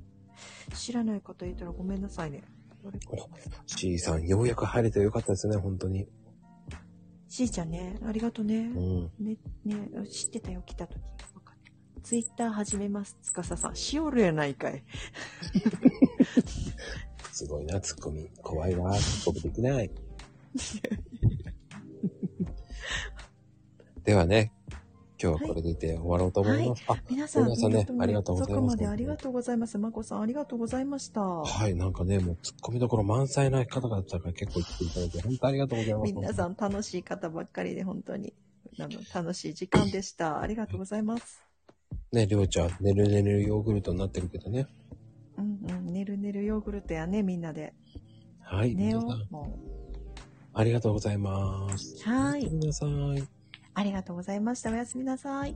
Speaker 2: 知らない方いたらごめんなさいね。どれかな
Speaker 1: C さん、ようやく入れてよかったですね、本当に。
Speaker 2: しーちゃんね、ありがとうね。
Speaker 1: うん。
Speaker 2: ね、ね、知ってたよ、来た時。分かった。ツイッター始めます、つかささん。しおるやないかい。
Speaker 1: すごいな、ツッコミ。怖いわ、僕できない。 ではね、今日はこれでて終わろうと思います。あ、
Speaker 2: 皆さん、
Speaker 1: 皆さんね
Speaker 2: と、も
Speaker 1: ありがとうございま
Speaker 2: 遅
Speaker 1: す
Speaker 2: くまであ。りがとうございます。まこさん、ありがとうございました。
Speaker 1: はい、なんかね、もうツッコミどころ満載な方々から結構言っていただいて、本当ありがとうございます。
Speaker 2: 皆さん、楽しい方ばっかりで、本当に。あの、楽しい時間でした。ありがとうございます。
Speaker 1: ね、りょうちゃん、ねるねるヨーグルトになってるけどね。
Speaker 2: うんうん。ねるねるヨーグルトやね、みんなで。
Speaker 1: はい。
Speaker 2: ねよ
Speaker 1: 皆さん、
Speaker 2: も
Speaker 1: ありがとうございます。
Speaker 2: う。はーい。
Speaker 1: 皆さん。
Speaker 2: ありがとうございました。おやすみなさい。